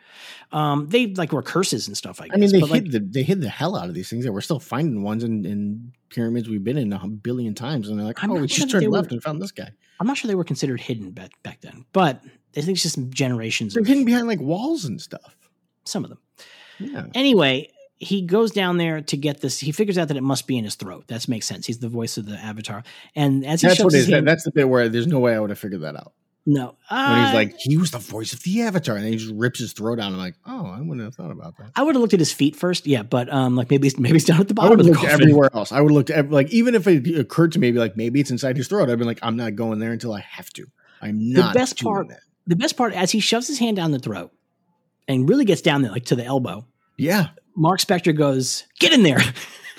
Speaker 2: Um, they like were curses and stuff. I guess.
Speaker 3: I mean, they
Speaker 2: but,
Speaker 3: hid
Speaker 2: like,
Speaker 3: the they hid the hell out of these things. They were still finding ones in, in pyramids we've been in a billion times, and they're like,
Speaker 2: I'm
Speaker 3: oh,
Speaker 2: not
Speaker 3: we
Speaker 2: sure
Speaker 3: just
Speaker 2: that
Speaker 3: turned
Speaker 2: they were-
Speaker 3: left and found this guy.
Speaker 2: I'm not sure they were considered hidden back back then, but I think it's just generations.
Speaker 3: They're
Speaker 2: Of,
Speaker 3: hidden behind like walls and stuff.
Speaker 2: some of them.
Speaker 3: Yeah,
Speaker 2: Anyway, he goes down there to get this. He figures out that it must be in his throat. That makes sense. He's the voice of the avatar, and as he
Speaker 3: that's
Speaker 2: shoves
Speaker 3: what it
Speaker 2: his
Speaker 3: is. That-
Speaker 2: hand,
Speaker 3: that's the bit where there's no way I would have figured that out.
Speaker 2: no,
Speaker 3: When
Speaker 2: uh,
Speaker 3: he's like, he was the voice of the Avatar, and then he just rips his throat out. I'm like, oh, I wouldn't have thought about that.
Speaker 2: I would have looked at his feet first, yeah, but um, like maybe it's- maybe it's down at the
Speaker 3: I
Speaker 2: bottom
Speaker 3: would
Speaker 2: of
Speaker 3: have
Speaker 2: the
Speaker 3: looked
Speaker 2: coffin.
Speaker 3: everywhere else. I would have looked ev- like even if it occurred to me, be like maybe it's inside his throat. I've been like, I'm not going there until I have to. I'm not.
Speaker 2: best
Speaker 3: doing
Speaker 2: part-
Speaker 3: that.
Speaker 2: The best part, as he shoves his hand down the throat, and really gets down there like to the elbow.
Speaker 3: Yeah.
Speaker 2: Mark Spector goes, "Get in there."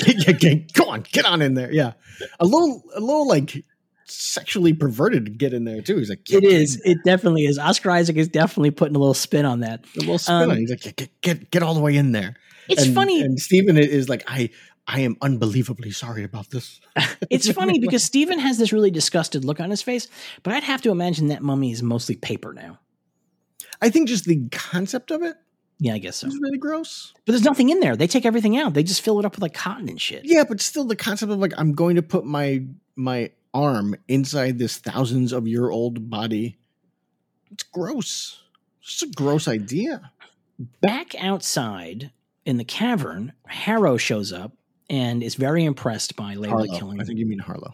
Speaker 3: yeah, get- go on, get on in there. Yeah, a little, a little like sexually perverted to get in there too. He's like,
Speaker 2: It
Speaker 3: "Get-
Speaker 2: is. It definitely is. Oscar Isaac is definitely putting a little spin on that.
Speaker 3: a little spin
Speaker 2: Um,
Speaker 3: on. it. He's like, get, get, get, get all the way in there.
Speaker 2: It's
Speaker 3: And-
Speaker 2: funny.
Speaker 3: And Stephen is like, I, I am unbelievably sorry about this.
Speaker 2: It's funny because Steven has this really disgusted look on his face, but I'd have to imagine that mummy is mostly paper now.
Speaker 3: I think just the concept of it
Speaker 2: Yeah, I guess so.
Speaker 3: is really gross.
Speaker 2: But there's nothing in there. They take everything out. They just fill it up with like cotton and shit.
Speaker 3: Yeah, but still, the concept of like, I'm going to put my my arm inside this thousands of year old body. It's gross. It's a gross idea.
Speaker 2: Back outside in the cavern, Harrow shows up and is very impressed by Layla
Speaker 3: Harlow.
Speaker 2: killing
Speaker 3: I think you mean Harlow.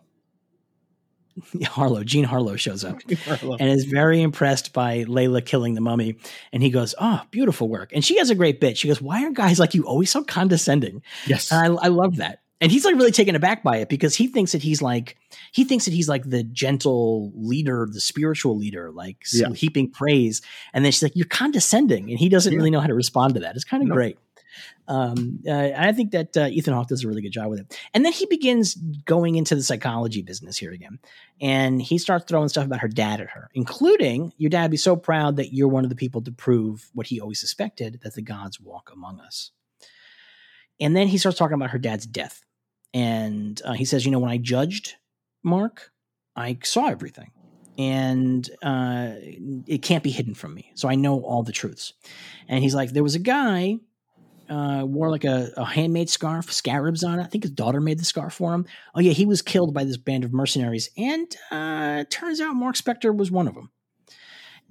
Speaker 2: Harlow. Gene Harlow shows up.
Speaker 3: Harlow.
Speaker 2: and is very impressed by Layla killing the mummy. And he goes, Oh, beautiful work. And she has a great bit. She goes, Why are guys like you always so condescending?
Speaker 3: Yes.
Speaker 2: And I, I love that. And he's like really taken aback by it because he thinks that he's like, he thinks that he's like the gentle leader, the spiritual leader, like s-
Speaker 3: Yeah.
Speaker 2: heaping praise. And then she's like, You're condescending. And he doesn't
Speaker 3: Yeah.
Speaker 2: really know how to respond to that. It's kind of
Speaker 3: No.
Speaker 2: great. Um, uh, I think that uh, Ethan Hawke does a really good job with it. And then he begins going into the psychology business here again and he starts throwing stuff about her dad at her, including your dad be so proud that you're one of the people to prove what he always suspected that the gods walk among us. And then he starts talking about her dad's death. And uh, he says, You know, when I judged Mark, I saw everything. And uh, it can't be hidden from me. So I know all the truths. And he's like, There was a guy. Uh, wore like a, a handmade scarf, scarabs on it. I think his daughter made the scarf for him oh yeah, he was killed by this band of mercenaries, and uh, turns out Mark Spector was one of them.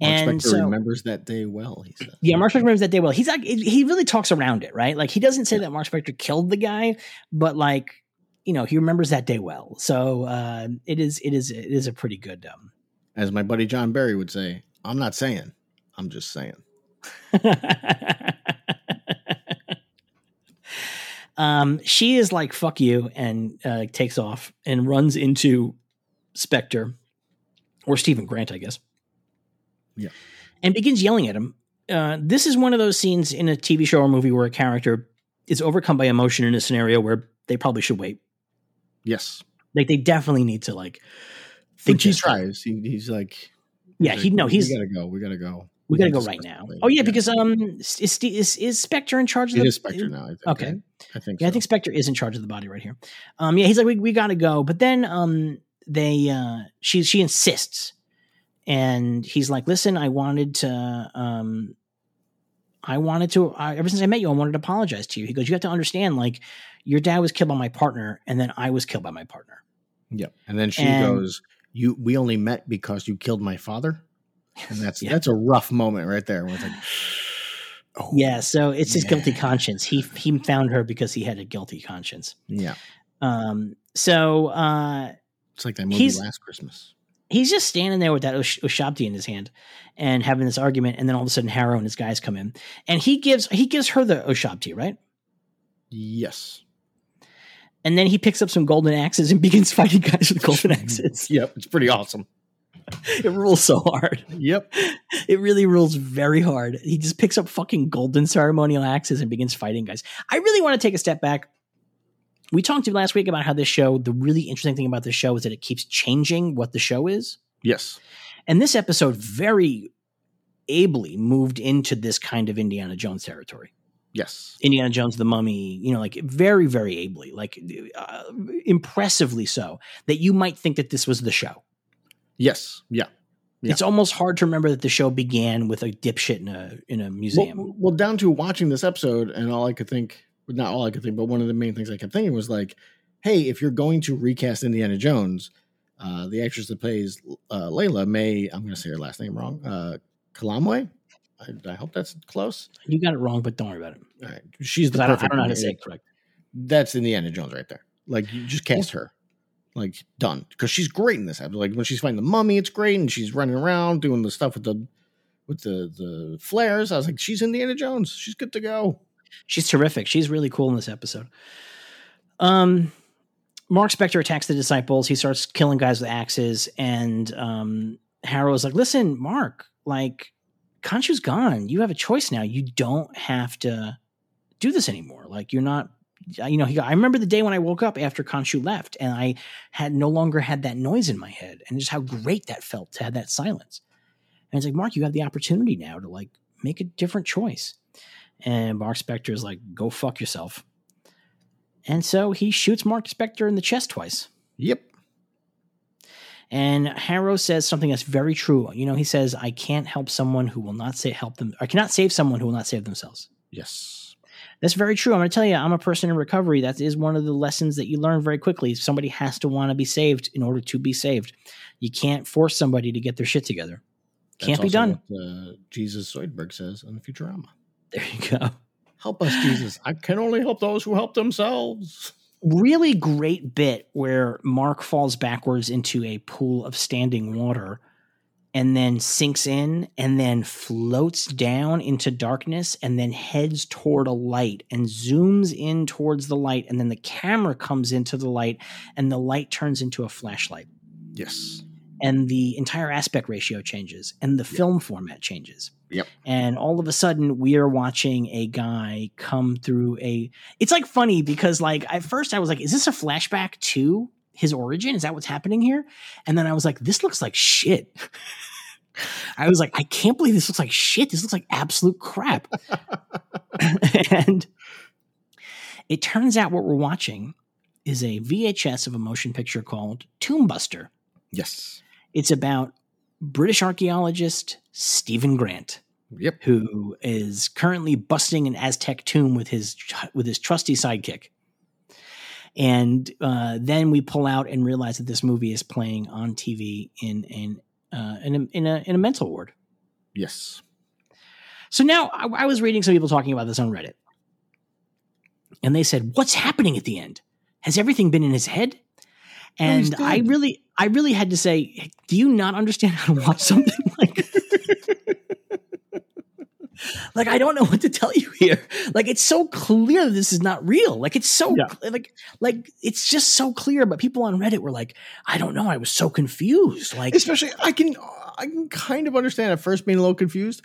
Speaker 3: Mark
Speaker 2: and
Speaker 3: Spector
Speaker 2: so,
Speaker 3: remembers that day well. He said,
Speaker 2: yeah, Mark Spector remembers that day well. He's like, he really talks around it, right? Like he doesn't say that Mark Spector killed the guy, but like, you know, he remembers that day well. So uh, it is, it is, it is a pretty good. Um,
Speaker 3: as my buddy John Barry would say, "I'm not saying, I'm just saying."
Speaker 2: Um, she is like, fuck you, and uh, takes off and runs into Spectre or Stephen Grant, I guess.
Speaker 3: Yeah.
Speaker 2: And begins yelling at him. Uh, this is one of those scenes in a TV show or movie where a character is overcome by emotion in a scenario where they probably should wait.
Speaker 3: Yes.
Speaker 2: Like they definitely need to like
Speaker 3: Which he
Speaker 2: this through.
Speaker 3: tries. He, he's like,
Speaker 2: Yeah, he no, he's
Speaker 3: we gotta go. We gotta go.
Speaker 2: we gotta go
Speaker 3: discuss
Speaker 2: right
Speaker 3: this
Speaker 2: now.
Speaker 3: later.
Speaker 2: Oh yeah, because um, is is, is, is Spectre in charge of
Speaker 3: it
Speaker 2: the
Speaker 3: is Spectre now. I think,
Speaker 2: Okay.
Speaker 3: right? I think.
Speaker 2: Yeah, I
Speaker 3: so.
Speaker 2: think Spectre is in charge of the body right here. Um, yeah, he's like, we, we gotta go. But then um, they uh, she she insists, and he's like, listen, I wanted to um, I wanted to I, ever since I met you, I wanted to apologize to you. He goes, you have to understand, like, your dad was killed by my partner, and then I was killed by my partner.
Speaker 3: Yep. And then she
Speaker 2: And-
Speaker 3: goes, "You, we only met because you killed my father." And that's
Speaker 2: Yeah.
Speaker 3: that's a rough moment right there. Where it's like, oh,
Speaker 2: Yeah, so it's his guilty
Speaker 3: Yeah.
Speaker 2: conscience. He he found her because he had a guilty conscience.
Speaker 3: yeah.
Speaker 2: Um, so uh.
Speaker 3: It's like that movie
Speaker 2: He's-
Speaker 3: last Christmas.
Speaker 2: he's just standing there with that Ush- Ushabti in his hand and having this argument, and then all of a sudden Harrow and his guys come in, and he gives he gives her the Ushabti, right?
Speaker 3: Yes.
Speaker 2: And then he picks up some golden axes and begins fighting guys with golden axes.
Speaker 3: Yep. It's pretty awesome.
Speaker 2: It rules so hard.
Speaker 3: Yep.
Speaker 2: It really rules very hard. He just picks up fucking golden ceremonial axes and begins fighting guys. I really want to take a step back. We talked to you last week about how this show, the really interesting thing about this show is that it keeps changing what the show is.
Speaker 3: Yes.
Speaker 2: And this episode very ably moved into this kind of Indiana Jones territory.
Speaker 3: Yes.
Speaker 2: Indiana Jones, the mummy, you know, like very, very ably, like uh, impressively so, that you might think that this was the show.
Speaker 3: Yes. Yeah. Yeah.
Speaker 2: It's almost hard to remember that the show began with a dipshit in a in a museum.
Speaker 3: Well, well, down to watching this episode, and all I could think, well, not all I could think, but one of the main things I kept thinking was like, hey, if you're going to recast Indiana Jones, uh, the actress that plays uh, Layla may, I'm going to say her last name wrong, uh, Kalamwe. I, I hope that's close.
Speaker 2: you got it wrong, but don't worry about it.
Speaker 3: All right. She's the
Speaker 2: Because I don't, I
Speaker 3: perfect
Speaker 2: don't know how to say
Speaker 3: Indiana-
Speaker 2: it correct.
Speaker 3: That's Indiana Jones right there. Like, you just cast her. Like, done. Because she's great in this episode. Like, when she's fighting the mummy, it's great. And she's running around doing the stuff with the. With the the flares, I was like, "She's Indiana Jones. She's good to go."
Speaker 2: She's terrific. She's really cool in this episode. Um, Mark Spector attacks the disciples. He starts killing guys with axes, and um, Harrow is like, "Listen, Mark, like Khonshu's gone. You have a choice now. You don't have to do this anymore. Like you're not." You know, he got, I remember the day when I woke up after Khonshu left, and I had no longer had that noise in my head, and just how great that felt to have that silence. And it's like, Mark, you have the opportunity now to like make a different choice. And Mark Spector is like, go fuck yourself. And so he shoots Mark Spector in the chest twice.
Speaker 3: Yep.
Speaker 2: And Harrow says something that's very true. You know, he says, I can't help someone who will not say help them. I cannot save someone who will not save themselves.
Speaker 3: Yes.
Speaker 2: That's very true. I'm going to tell you, I'm a person in recovery. That is one of the lessons that you learn very quickly. Somebody has to want to be saved in order to be saved. You can't force somebody to get their shit together. Can't be
Speaker 3: also
Speaker 2: done.
Speaker 3: what, uh, Jesus Zoidberg says on Futurama.
Speaker 2: There you go.
Speaker 3: Help us, Jesus. I can only help those who help themselves.
Speaker 2: really great bit where Mark falls backwards into a pool of standing water and then sinks in and then floats down into darkness and then heads toward a light and zooms in towards the light and then the camera comes into the light and the light turns into a flashlight
Speaker 3: Yes.
Speaker 2: and the entire aspect ratio changes and the film format changes.
Speaker 3: Yep.
Speaker 2: And all of a sudden we are watching a guy come through a it's like funny because like at first I was like, is this a flashback to his origin? Is that what's happening here? And then I was like, this looks like shit. I was like, I can't believe this looks like shit. This looks like absolute crap. and it turns out what we're watching is a VHS of a motion picture called Tomb Buster.
Speaker 3: Yes.
Speaker 2: It's about British archaeologist Stephen Grant,
Speaker 3: Yep.
Speaker 2: who is currently busting an Aztec tomb with his with his trusty sidekick. And uh, then we pull out and realize that this movie is playing on TV in in uh, in, a, in a in a mental ward.
Speaker 3: Yes.
Speaker 2: So now I, I was reading some people talking about this on Reddit, and they said, "What's happening at the end? Has everything been in his head?"
Speaker 3: No, he's
Speaker 2: And I
Speaker 3: dead.
Speaker 2: really, I really had to say, "Do you not understand how to watch something like?" like I don't know what to tell you here. Like it's so clear this is not real. Like it's so
Speaker 5: Yeah.
Speaker 2: cl- like like it's just so clear. But people on Reddit were like, I don't know. I was so confused. Like
Speaker 3: Especially, I can I can kind of understand at first being a little confused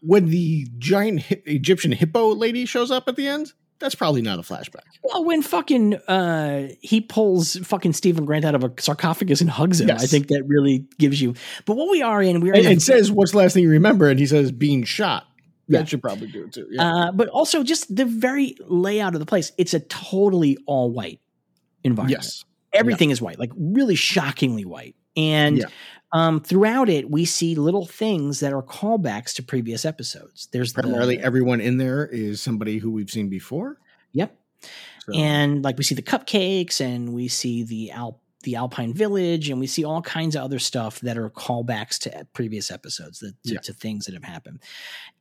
Speaker 3: when the giant hi- Egyptian hippo lady shows up at the end. That's probably not a flashback.
Speaker 2: well, when fucking uh he pulls fucking Stephen Grant out of a sarcophagus and hugs him,
Speaker 3: Yes.
Speaker 2: I think that really gives you. But what we are in, we're
Speaker 3: And
Speaker 2: in a
Speaker 3: it says, "What's the last thing you remember?" And he says, "Being shot."
Speaker 2: Yeah.
Speaker 3: That should probably do it too. Yeah.
Speaker 2: Uh, but also just the very layout of the place. It's a totally all white environment.
Speaker 3: yes.
Speaker 2: Everything is white, like really shockingly white. And
Speaker 3: Yeah.
Speaker 2: um, throughout it, we see little things that are callbacks to previous episodes. There's the-
Speaker 3: Primarily, everyone in there is somebody who we've seen before.
Speaker 2: yep,
Speaker 3: So,
Speaker 2: and like we see the cupcakes, and we see the Al the Alpine Village, and we see all kinds of other stuff that are callbacks to e, previous episodes, that, to,
Speaker 3: Yeah.
Speaker 2: to things that have happened.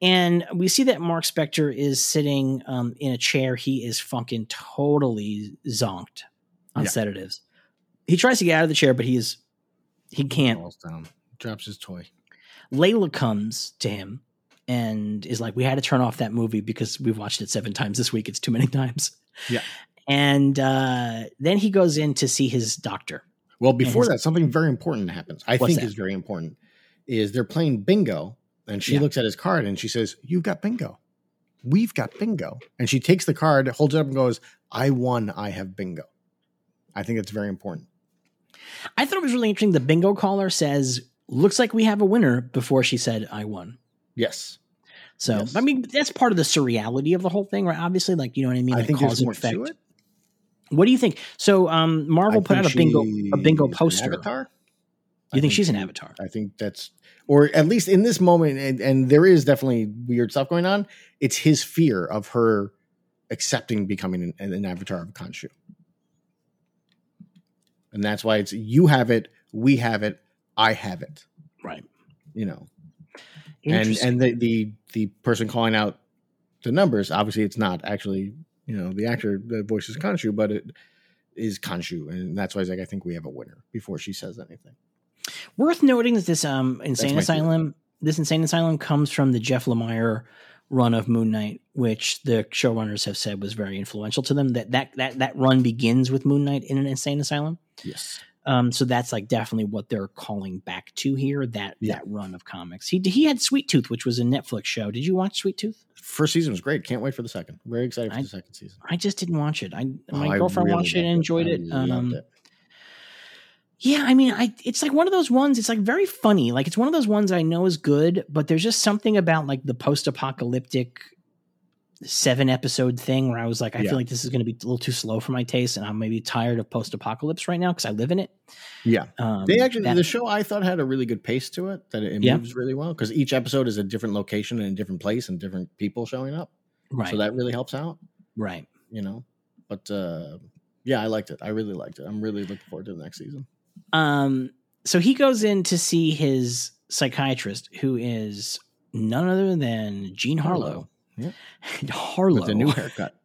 Speaker 2: And we see that Mark Spector is sitting um, in a chair. He is fucking totally zonked on
Speaker 3: Yeah.
Speaker 2: sedatives. He tries to get out of the chair, but he is he can't.
Speaker 3: falls down, drops his toy.
Speaker 2: Layla comes to him and is like, "We had to turn off that movie because we've watched it seven times this week. It's too many times."
Speaker 3: Yeah.
Speaker 2: And uh, then he goes in to see his doctor.
Speaker 3: Well, before
Speaker 2: his-
Speaker 3: that, something very important happens. I
Speaker 2: What's
Speaker 3: think
Speaker 2: that?
Speaker 3: is very important is they're playing bingo, and she
Speaker 2: Yeah.
Speaker 3: looks at his card and she says, "You've got bingo. We've got bingo." And she takes the card, holds it up, and goes, "I won. I have bingo." I think that's very important.
Speaker 2: I thought it was really interesting. The bingo caller says, "Looks like we have a winner." Before she said, "I won."
Speaker 3: Yes,
Speaker 2: So
Speaker 3: Yes.
Speaker 2: I mean, that's part of the surreality of the whole thing, right? Obviously, like you know what I mean.
Speaker 3: I
Speaker 2: the
Speaker 3: think
Speaker 2: cause
Speaker 3: there's
Speaker 2: and
Speaker 3: more to it.
Speaker 2: What do you think? So um, Marvel
Speaker 3: I
Speaker 2: put out
Speaker 3: think
Speaker 2: a bingo a bingo
Speaker 3: she's an
Speaker 2: poster.
Speaker 3: avatar.
Speaker 2: You
Speaker 3: I
Speaker 2: think she's an
Speaker 3: she-
Speaker 2: avatar?
Speaker 3: I think that's, or at least in this moment, and, and there is definitely weird stuff going on. It's his fear of her accepting becoming an, an avatar of Khonshu. And that's why it's you have it, we have it, I have it,
Speaker 2: Right.
Speaker 3: you know. And
Speaker 2: Interesting.
Speaker 3: and the, the the person calling out the numbers, obviously it's not actually, you know, the actor that voices Khonshu, but it is Khonshu. And that's why it's like, I think we have a winner before she says anything.
Speaker 2: Worth noting that this um insane
Speaker 3: my theory.
Speaker 2: asylum, this insane asylum comes from the Jeff Lemire run of Moon Knight, which the showrunners have said was very influential to them. That that that that run begins with Moon Knight in an insane asylum.
Speaker 3: Yes.
Speaker 2: Um, so that's like definitely what they're calling back to here. That
Speaker 3: Yeah.
Speaker 2: that run of comics. He he had Sweet Tooth, which was a Netflix show. Did you watch Sweet Tooth?
Speaker 3: First season was great. Can't wait for the second. Very excited for
Speaker 2: I-
Speaker 3: the second season.
Speaker 2: I just didn't watch it. I my
Speaker 3: Oh, I
Speaker 2: girlfriend
Speaker 3: really
Speaker 2: watched it and
Speaker 3: loved
Speaker 2: enjoyed
Speaker 3: I
Speaker 2: it.
Speaker 3: loved
Speaker 2: Um,
Speaker 3: it.
Speaker 2: Yeah, I mean, I it's like one of those ones. It's like very funny. Like it's one of those ones I know is good, but there's just something about like the post-apocalyptic seven episode thing where I was like, I
Speaker 3: Yeah.
Speaker 2: feel like this is going to be a little too slow for my taste, and I'm maybe tired of post-apocalypse right now because I live in it.
Speaker 3: Yeah.
Speaker 2: um,
Speaker 3: They actually
Speaker 2: that-
Speaker 3: the show I thought had a really good pace to it. That it
Speaker 2: Yeah.
Speaker 3: moves really well because each episode is a different location and a different place and different people showing up.
Speaker 2: right,
Speaker 3: So that really helps out.
Speaker 2: right.
Speaker 3: You know, but uh, yeah, I liked it. I really liked it. I'm really looking forward to the next season.
Speaker 2: Um, so he goes in to see his psychiatrist, who is none other than Gene Harlow.
Speaker 3: Yeah.
Speaker 2: Harlow,
Speaker 3: with the new haircut.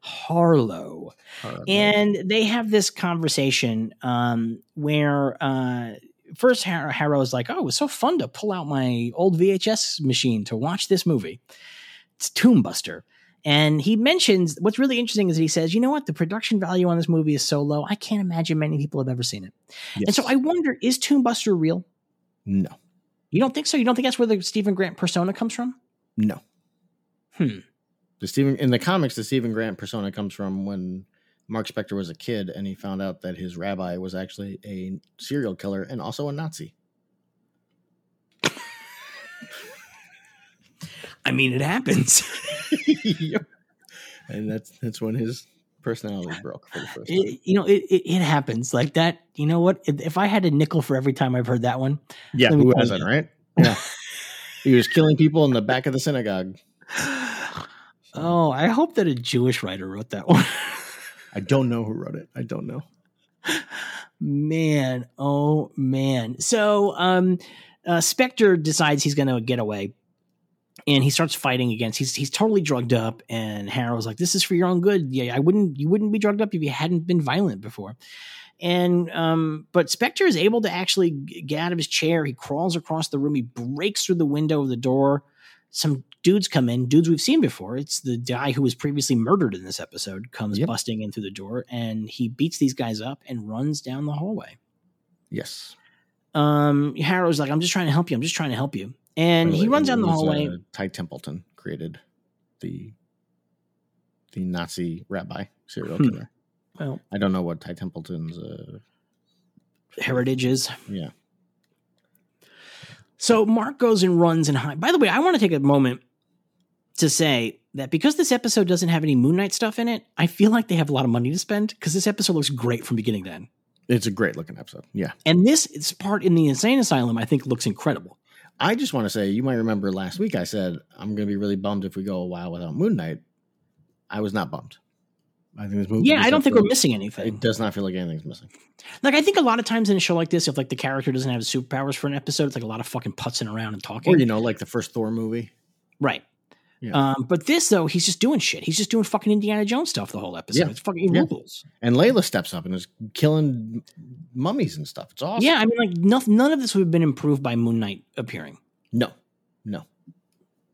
Speaker 2: Harlow.
Speaker 3: Harlow.
Speaker 2: and they have this conversation um, where uh, first Har- Harrow is like, "Oh, it was so fun to pull out my old VHS machine to watch this movie. It's Tomb Buster." And he mentions what's really interesting is that he says, "You know what? The production value on this movie is so low. I can't imagine many people have ever seen it." And
Speaker 3: Yes.
Speaker 2: so I wonder, is Tomb Buster real?
Speaker 3: no
Speaker 2: You don't think so? You don't think that's where the Stephen Grant persona comes from?
Speaker 3: no.
Speaker 2: Hmm.
Speaker 3: The Stephen in the comics, the Stephen Grant persona comes from when Mark Spector was a kid and he found out that his rabbi was actually a serial killer and also a Nazi.
Speaker 2: I mean, it happens.
Speaker 3: yep. And that's that's when his personality broke for the first time.
Speaker 2: It- you know, it, it, it happens like that. You know what? If if I had a nickel for every time I've heard that one,
Speaker 3: yeah,
Speaker 2: let me
Speaker 3: who
Speaker 2: tell you.
Speaker 3: hasn't, right? Yeah. he was killing people in the back of the synagogue.
Speaker 2: Oh, I hope that a Jewish writer wrote that one.
Speaker 3: I don't know who wrote it. I don't know.
Speaker 2: man, oh man. So, um uh, Spectre decides he's going to get away and he starts fighting against he's he's totally drugged up and Harrow's like this is for your own good. Yeah, I wouldn't you wouldn't be drugged up if you hadn't been violent before. And um but Spectre is able to actually g- get out of his chair. He crawls across the room, he breaks through the window of the door some dudes come in, dudes we've seen before. It's the guy who was previously murdered in this episode comes
Speaker 3: Yep.
Speaker 2: busting in through the door and he beats these guys up and runs down the hallway.
Speaker 3: Yes.
Speaker 2: Um, Harrow's like, I'm just trying to help you. I'm just trying to help you. And
Speaker 3: By
Speaker 2: he
Speaker 3: way,
Speaker 2: runs
Speaker 3: it
Speaker 2: down the
Speaker 3: was,
Speaker 2: hallway.
Speaker 3: uh, Ty Templeton created the the Nazi rabbi serial
Speaker 2: Hmm.
Speaker 3: killer.
Speaker 2: Well,
Speaker 3: I don't know what Ty Templeton's. Uh,
Speaker 2: heritage is.
Speaker 3: Yeah.
Speaker 2: So Mark goes and runs and hides. By the way, I want to take a moment to say that because this episode doesn't have any Moon Knight stuff in it, I feel like they have a lot of money to spend because this episode looks great from beginning to end.
Speaker 3: it's a great looking episode. Yeah.
Speaker 2: And this it's part in the insane asylum, I think, looks incredible.
Speaker 3: I just want to say, you might remember last week I said I'm going to be really bummed if we go a while without Moon Knight. I was not bummed. I think this movie.
Speaker 2: Yeah,
Speaker 3: this
Speaker 2: I don't think we're
Speaker 3: episode-
Speaker 2: missing anything.
Speaker 3: It does not feel like anything's missing.
Speaker 2: Like I think a lot of times in a show like this, if like the character doesn't have superpowers for an episode, it's like a lot of fucking putzing around and talking.
Speaker 3: Or you know, like the first Thor movie.
Speaker 2: Right.
Speaker 3: Yeah.
Speaker 2: Um, but this though, he's just doing shit. He's just doing fucking Indiana Jones stuff the whole episode.
Speaker 3: Yeah.
Speaker 2: It's fucking
Speaker 3: Yeah.
Speaker 2: rules.
Speaker 3: And Layla steps up and is killing m- mummies and stuff. It's awesome.
Speaker 2: Yeah, I mean, like nothing, none of this would have been improved by Moon Knight appearing.
Speaker 3: No. No.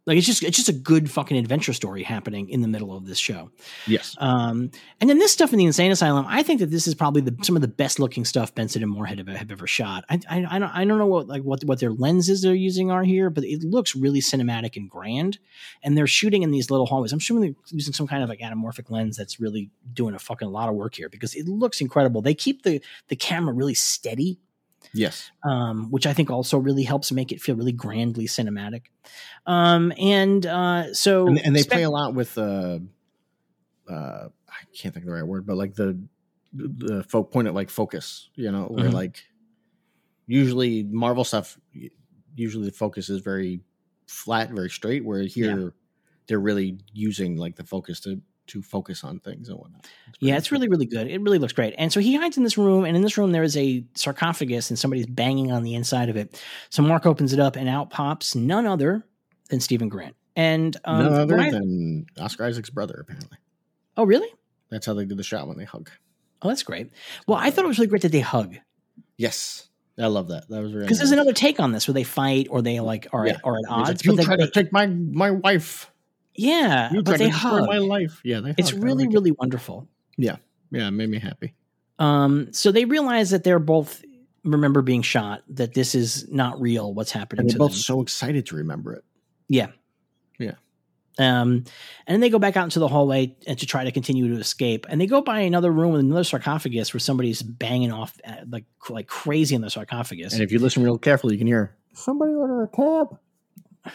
Speaker 2: Like it's just it's just a good fucking adventure story happening in the middle of this show.
Speaker 3: Yes.
Speaker 2: Um, and then this stuff in the insane asylum, I think that this is probably the, some of the best looking stuff Benson and Moorhead have, have ever shot. I, I I don't I don't know what like what what their lenses they're using are here, but it looks really cinematic and grand. And they're shooting in these little hallways. I'm assuming they're using some kind of like anamorphic lens that's really doing a fucking lot of work here because it looks incredible. They keep the the camera really steady
Speaker 3: Yes.
Speaker 2: um, which I think also really helps make it feel really grandly cinematic. Um, and uh, so,
Speaker 3: And, and they
Speaker 2: Spe-
Speaker 3: play a lot with uh, uh, I can't think of the right word, but like the the fo- point at like focus. You know, where
Speaker 2: Mhm.
Speaker 3: like usually Marvel stuff, y- usually the focus is very flat, very straight. Where here they're really using like the focus to to focus on things and whatnot.
Speaker 2: yeah,
Speaker 3: pretty
Speaker 2: it's
Speaker 3: cool.
Speaker 2: really really good. It really looks great. And so he hides in this room, and in this room there is a sarcophagus, and somebody's banging on the inside of it. So Mark opens it up, and out pops none other than Stephen Grant. And um,
Speaker 3: none other
Speaker 2: when I-
Speaker 3: than Oscar Isaac's brother. Apparently,
Speaker 2: oh really?
Speaker 3: that's how they did the shot when they hug.
Speaker 2: Oh, that's great. Well, I thought it was really great that they hug
Speaker 3: Yes, I love that. That was really
Speaker 2: because there's
Speaker 3: nice.
Speaker 2: another take on this where they fight or they like are
Speaker 3: Yeah.
Speaker 2: at, are at
Speaker 3: And he's
Speaker 2: odds.
Speaker 3: like, you
Speaker 2: but they-
Speaker 3: try to
Speaker 2: they-
Speaker 3: take my my wife.
Speaker 2: yeah,
Speaker 3: You
Speaker 2: Uh, but
Speaker 3: tried
Speaker 2: they
Speaker 3: to destroy
Speaker 2: hug.
Speaker 3: my life. Yeah, they
Speaker 2: It's
Speaker 3: hugged. I
Speaker 2: really
Speaker 3: like it.
Speaker 2: really wonderful.
Speaker 3: yeah, it made me happy.
Speaker 2: Um, so they realize that they're both remember being shot, that this is not real, what's happening
Speaker 3: And
Speaker 2: to
Speaker 3: they're both
Speaker 2: them.
Speaker 3: so excited to remember it.
Speaker 2: Um, and then they go back out into the hallway and to try to continue to escape. And they go by another room with another sarcophagus where somebody's banging off uh, like like crazy in the sarcophagus.
Speaker 3: And if you listen real carefully, you can hear somebody order a cab.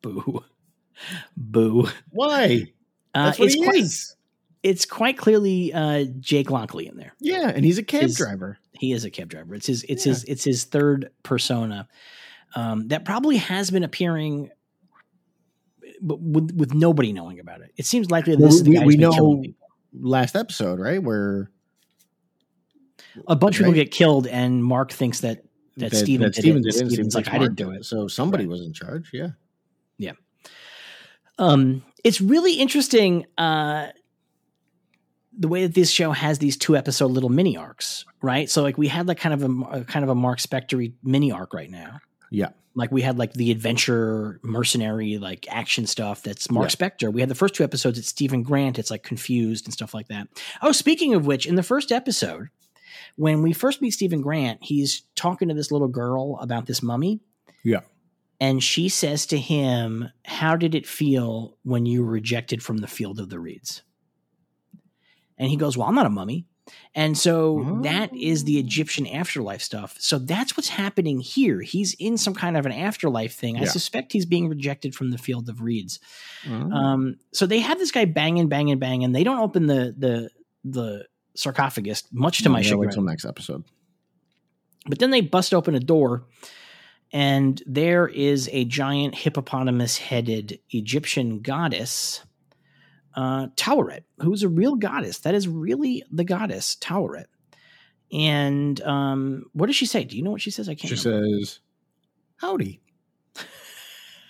Speaker 2: Boo. Boo.
Speaker 3: Why?
Speaker 2: Uh,
Speaker 3: That's what
Speaker 2: it's,
Speaker 3: he
Speaker 2: quite,
Speaker 3: is.
Speaker 2: it's quite clearly uh, Jake Lockley in there.
Speaker 3: Yeah, and he's a cab
Speaker 2: His-
Speaker 3: driver.
Speaker 2: He is a cab driver. It's his it's
Speaker 3: Yeah.
Speaker 2: his it's his third persona um, that probably has been appearing, but with, with nobody knowing about it. It seems likely that this is the
Speaker 3: We-
Speaker 2: guy
Speaker 3: we
Speaker 2: who's been
Speaker 3: know-
Speaker 2: killing people.
Speaker 3: Last episode, right, where
Speaker 2: A bunch of people
Speaker 3: right.
Speaker 2: get killed, and Mark thinks that that, Steven did
Speaker 3: Steven
Speaker 2: it.
Speaker 3: did it. and
Speaker 2: Steven's
Speaker 3: Steven
Speaker 2: like,
Speaker 3: says
Speaker 2: I didn't
Speaker 3: Mark
Speaker 2: do
Speaker 3: did
Speaker 2: it.
Speaker 3: So somebody was in charge. Yeah,
Speaker 2: Um, it's really interesting uh, the way that this show has these two episode little mini arcs, right? So like we had like kind of a, a kind of a Mark Spectory mini arc right now.
Speaker 3: Yeah.
Speaker 2: Like we had like the adventure mercenary like action stuff that's Mark Spector. We had the first two episodes it's Stephen Grant, it's like confused and stuff like that. Oh, speaking of which, in the first episode, when we first meet Stephen Grant, he's talking to this little girl about this mummy.
Speaker 3: Yeah.
Speaker 2: And she says to him, How did it feel when you were rejected from the field of the reeds? And he goes, Well, I'm not a mummy. And so that is the Egyptian afterlife stuff. So that's what's happening here. He's in some kind of an afterlife thing. I
Speaker 3: Yeah.
Speaker 2: suspect he's being rejected from the field of reeds. Um, so they have this guy banging, banging, banging. They don't open the the the sarcophagus, much to my
Speaker 3: Yeah, wait
Speaker 2: chagrin.
Speaker 3: till next episode.
Speaker 2: But then they bust open a door, and there is a giant hippopotamus-headed Egyptian goddess, uh, Toweret, who's a real goddess. That is really the goddess Toweret. And um, what does she say? Do you know what she says? I can't.
Speaker 3: She
Speaker 2: remember.
Speaker 3: says, "Howdy."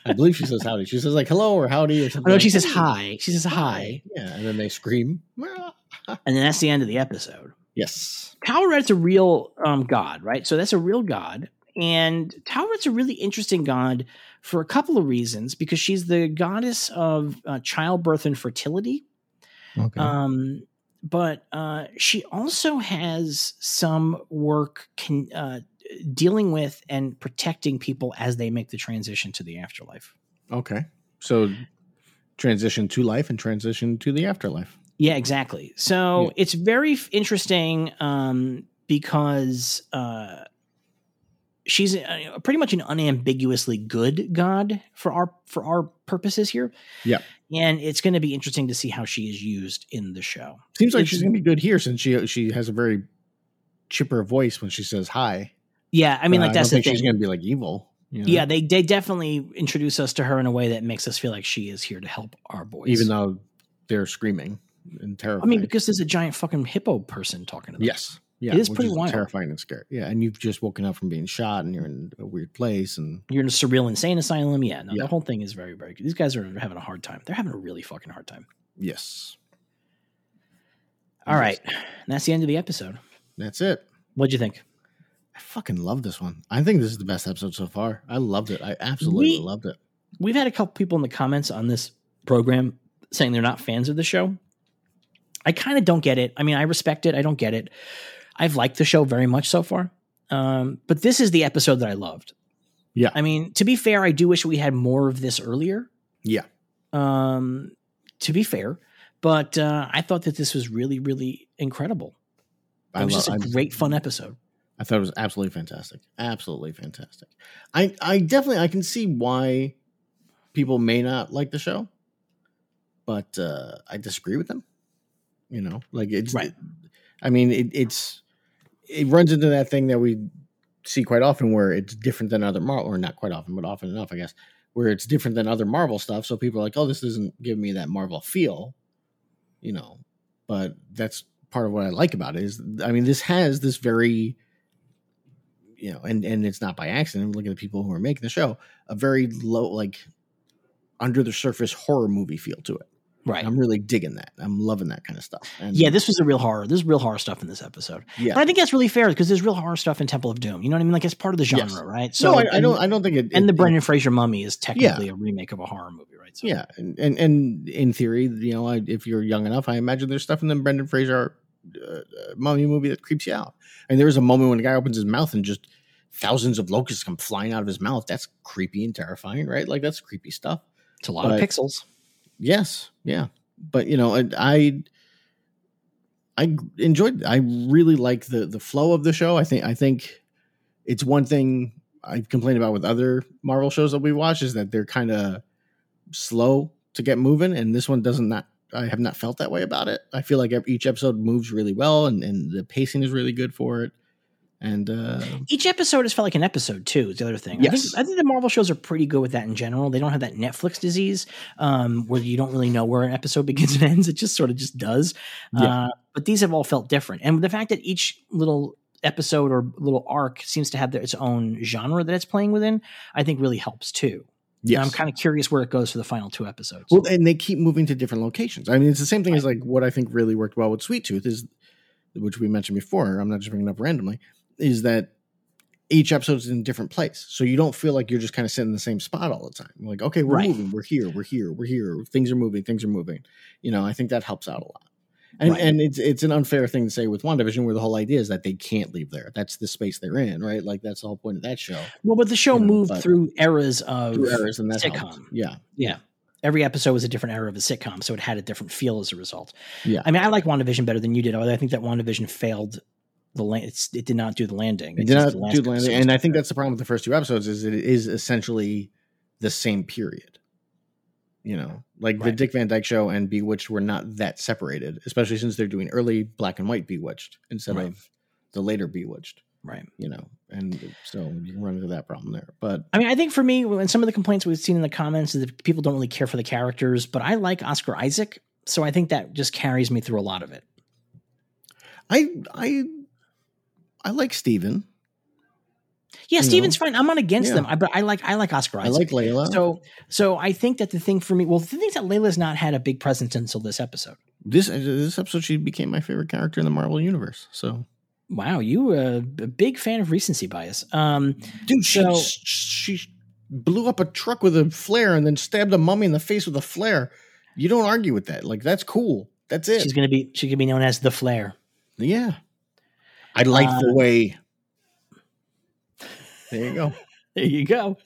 Speaker 3: I believe she says "howdy." She says like "hello" or "howdy" or something.
Speaker 2: Oh, no,
Speaker 3: like
Speaker 2: she says
Speaker 3: that.
Speaker 2: hi. She says hi,
Speaker 3: Yeah, and then they scream.
Speaker 2: and then that's the end of the episode.
Speaker 3: Yes.
Speaker 2: Talret's a real um, god, right? So that's a real god. And Talret's a really interesting god for a couple of reasons because she's the goddess of uh, childbirth and fertility.
Speaker 5: Okay.
Speaker 2: Um, but uh, she also has some work con- uh, dealing with and protecting people as they make the transition to the afterlife.
Speaker 3: Okay. So transition to life and transition to the afterlife.
Speaker 2: Yeah, exactly. So
Speaker 3: Yeah.
Speaker 2: it's very f- interesting um, because uh, she's uh, pretty much an unambiguously good god for our for our purposes here.
Speaker 3: Yeah.
Speaker 2: and it's going to be interesting to see how she is used in the show.
Speaker 3: Seems like
Speaker 2: It's-
Speaker 3: she's gonna be good here since she she has a very chipper voice when she says hi.
Speaker 2: Yeah, I mean,
Speaker 3: Uh,
Speaker 2: like
Speaker 3: don't
Speaker 2: that's the
Speaker 3: think
Speaker 2: thing.
Speaker 3: She's gonna be like evil. you know?
Speaker 2: yeah, they they definitely introduce us to her in a way that makes us feel like she is here to help our boys.
Speaker 3: Even though they're screaming and
Speaker 2: I
Speaker 3: terrified.
Speaker 2: mean, because there's a giant fucking hippo person talking to them.
Speaker 3: yes. Yeah,
Speaker 2: It is
Speaker 3: which
Speaker 2: pretty wild.
Speaker 3: terrifying and scary. Yeah, and you've just woken up from being shot, and you're in a weird place, and
Speaker 2: you're in a surreal insane asylum. Yeah, no,
Speaker 3: Yeah.
Speaker 2: the whole thing is very, very good. These guys are having a hard time. They're having a really fucking hard time.
Speaker 3: yes,
Speaker 2: All right. And that's the end of the episode.
Speaker 3: that's it.
Speaker 2: What'd you think?
Speaker 3: I fucking love this one. I think this is the best episode so far. I loved it. I
Speaker 2: We-
Speaker 3: absolutely loved it.
Speaker 2: We've had a couple people in the comments on this program saying they're not fans of the show. I kind of don't get it. I mean, I respect it. I don't get it. I've liked the show very much so far. Um, but this is the episode that I loved.
Speaker 3: Yeah.
Speaker 2: I mean, to be fair, I do wish we had more of this earlier.
Speaker 3: Yeah.
Speaker 2: Um, to be fair, but uh, I thought that this was really, really incredible. It
Speaker 3: I
Speaker 2: was just
Speaker 3: love-
Speaker 2: a
Speaker 3: I'm-
Speaker 2: great, fun episode.
Speaker 3: I thought it was absolutely fantastic. Absolutely fantastic. I I definitely I can see why people may not like the show, but uh I disagree with them. You know, like it's
Speaker 2: Right.
Speaker 3: I mean, it, it's it runs into that thing that we see quite often where it's different than other Marvel, or not quite often, but often enough, I guess, where it's different than other Marvel stuff. So people are like, "Oh, this doesn't give me that Marvel feel," you know. But that's part of what I like about it is, I mean, this has this very, you know, and and it's not by accident. Look at the people who are making the show, a very low, like under the surface horror movie feel to it.
Speaker 2: Right.
Speaker 3: I'm really digging that. I'm loving that kind of stuff. And
Speaker 2: yeah, this was a real horror. There's real horror stuff in this episode.
Speaker 3: yeah.
Speaker 2: But I think that's really fair because there's real horror stuff in Temple of Doom. You know what I mean? Like it's part of the genre,
Speaker 3: Yes.
Speaker 2: right?
Speaker 3: no,
Speaker 2: like,
Speaker 3: I, I don't.
Speaker 2: And,
Speaker 3: I don't think it.
Speaker 2: and the
Speaker 3: it-
Speaker 2: Brendan Fraser Mummy is technically a remake of a horror movie, right? So,
Speaker 3: Yeah, and, and and in theory, you know, I, if you're young enough, I imagine there's stuff in the Brendan Fraser uh, uh, mummy movie that creeps you out. And there's a moment when the guy opens his mouth and just thousands of locusts come flying out of his mouth. That's creepy and terrifying, right? Like that's creepy stuff.
Speaker 2: it's a lot of
Speaker 3: But-
Speaker 2: pixels.
Speaker 3: Yes, yeah, but you know, and I I enjoyed. I really like the the flow of the show. I think I think it's one thing I've complained about with other Marvel shows that we watch is that they're kind of slow to get moving, and this one doesn't not. I have not felt that way about it. I feel like ev- each episode moves really well, and and the pacing is really good for it. And uh,
Speaker 2: Each episode has felt like an episode too. Is the other thing. I
Speaker 3: Yes.
Speaker 2: think, I think the Marvel shows are pretty good with that in general. They don't have that Netflix disease um, where you don't really know where an episode begins and ends. It just sort of just does.
Speaker 3: Yeah.
Speaker 2: Uh, but these have all felt different, and the fact that each little episode or little arc seems to have their, its own genre that it's playing within, I think really helps too.
Speaker 3: yes,
Speaker 2: And I'm kind of curious where it goes for the final two episodes.
Speaker 3: Well, and they keep moving to different locations. I mean, it's the same thing as like what I think really worked well with Sweet Tooth is, which we mentioned before. I'm not just bringing it up randomly. Is that each episode's in a different place, so you don't feel like you're just kind of sitting in the same spot all the time. You're like, okay, we're
Speaker 2: Right.
Speaker 3: moving, we're here, we're here, we're here. Things are moving, things are moving. You know, I think that helps out a lot. And
Speaker 2: Right.
Speaker 3: and it's it's an unfair thing to say with WandaVision, where the whole idea is that they can't leave there. That's the space they're in, right? Like that's the whole point of that show.
Speaker 2: well, but the show
Speaker 3: you know,
Speaker 2: moved
Speaker 3: but-
Speaker 2: through eras of
Speaker 3: Two errors, and that's
Speaker 2: sitcom.
Speaker 3: yeah,
Speaker 2: yeah. Every episode was a different era of a sitcom, so it had a different feel as a result.
Speaker 3: Yeah.
Speaker 2: I mean, I like WandaVision better than you did. although I think that WandaVision failed the land. It's, it did not do the landing.
Speaker 3: It
Speaker 2: It's
Speaker 3: did
Speaker 2: just
Speaker 3: not
Speaker 2: the last
Speaker 3: do the landing,
Speaker 2: episode.
Speaker 3: and I think that's the problem with the first two episodes is it is essentially the same period. You know, like the
Speaker 2: Right.
Speaker 3: Dick Van Dyke Show and Bewitched were not that separated, especially since they're doing early black and white Bewitched instead
Speaker 2: Right.
Speaker 3: of the later Bewitched.
Speaker 2: right.
Speaker 3: You know, and so you can run into that problem there. But
Speaker 2: I mean, I think for me, and some of the complaints we've seen in the comments is that people don't really care for the characters, but I like Oscar Isaac, so I think that just carries me through a lot of it.
Speaker 3: I I I like Steven.
Speaker 2: Yeah,
Speaker 3: You know?
Speaker 2: Steven's fine. I'm not against
Speaker 3: Yeah.
Speaker 2: them, I, but I like I like Oscar
Speaker 3: I
Speaker 2: Isaac.
Speaker 3: like Layla.
Speaker 2: So, so I think that the thing for me, well, the thing is that Layla's not had a big presence until this episode.
Speaker 3: this this episode she became my favorite character in the Marvel universe. So
Speaker 2: Wow, you uh, a big fan of recency bias. Um,
Speaker 3: dude, she
Speaker 2: So-
Speaker 3: she blew up a truck with a flare and then stabbed a mummy in the face with a flare. You don't argue with that. Like that's cool. That's it.
Speaker 2: She's gonna be she could be known as the Flair.
Speaker 3: yeah. I like the
Speaker 2: Uh,
Speaker 3: way. There you go.
Speaker 2: There you go.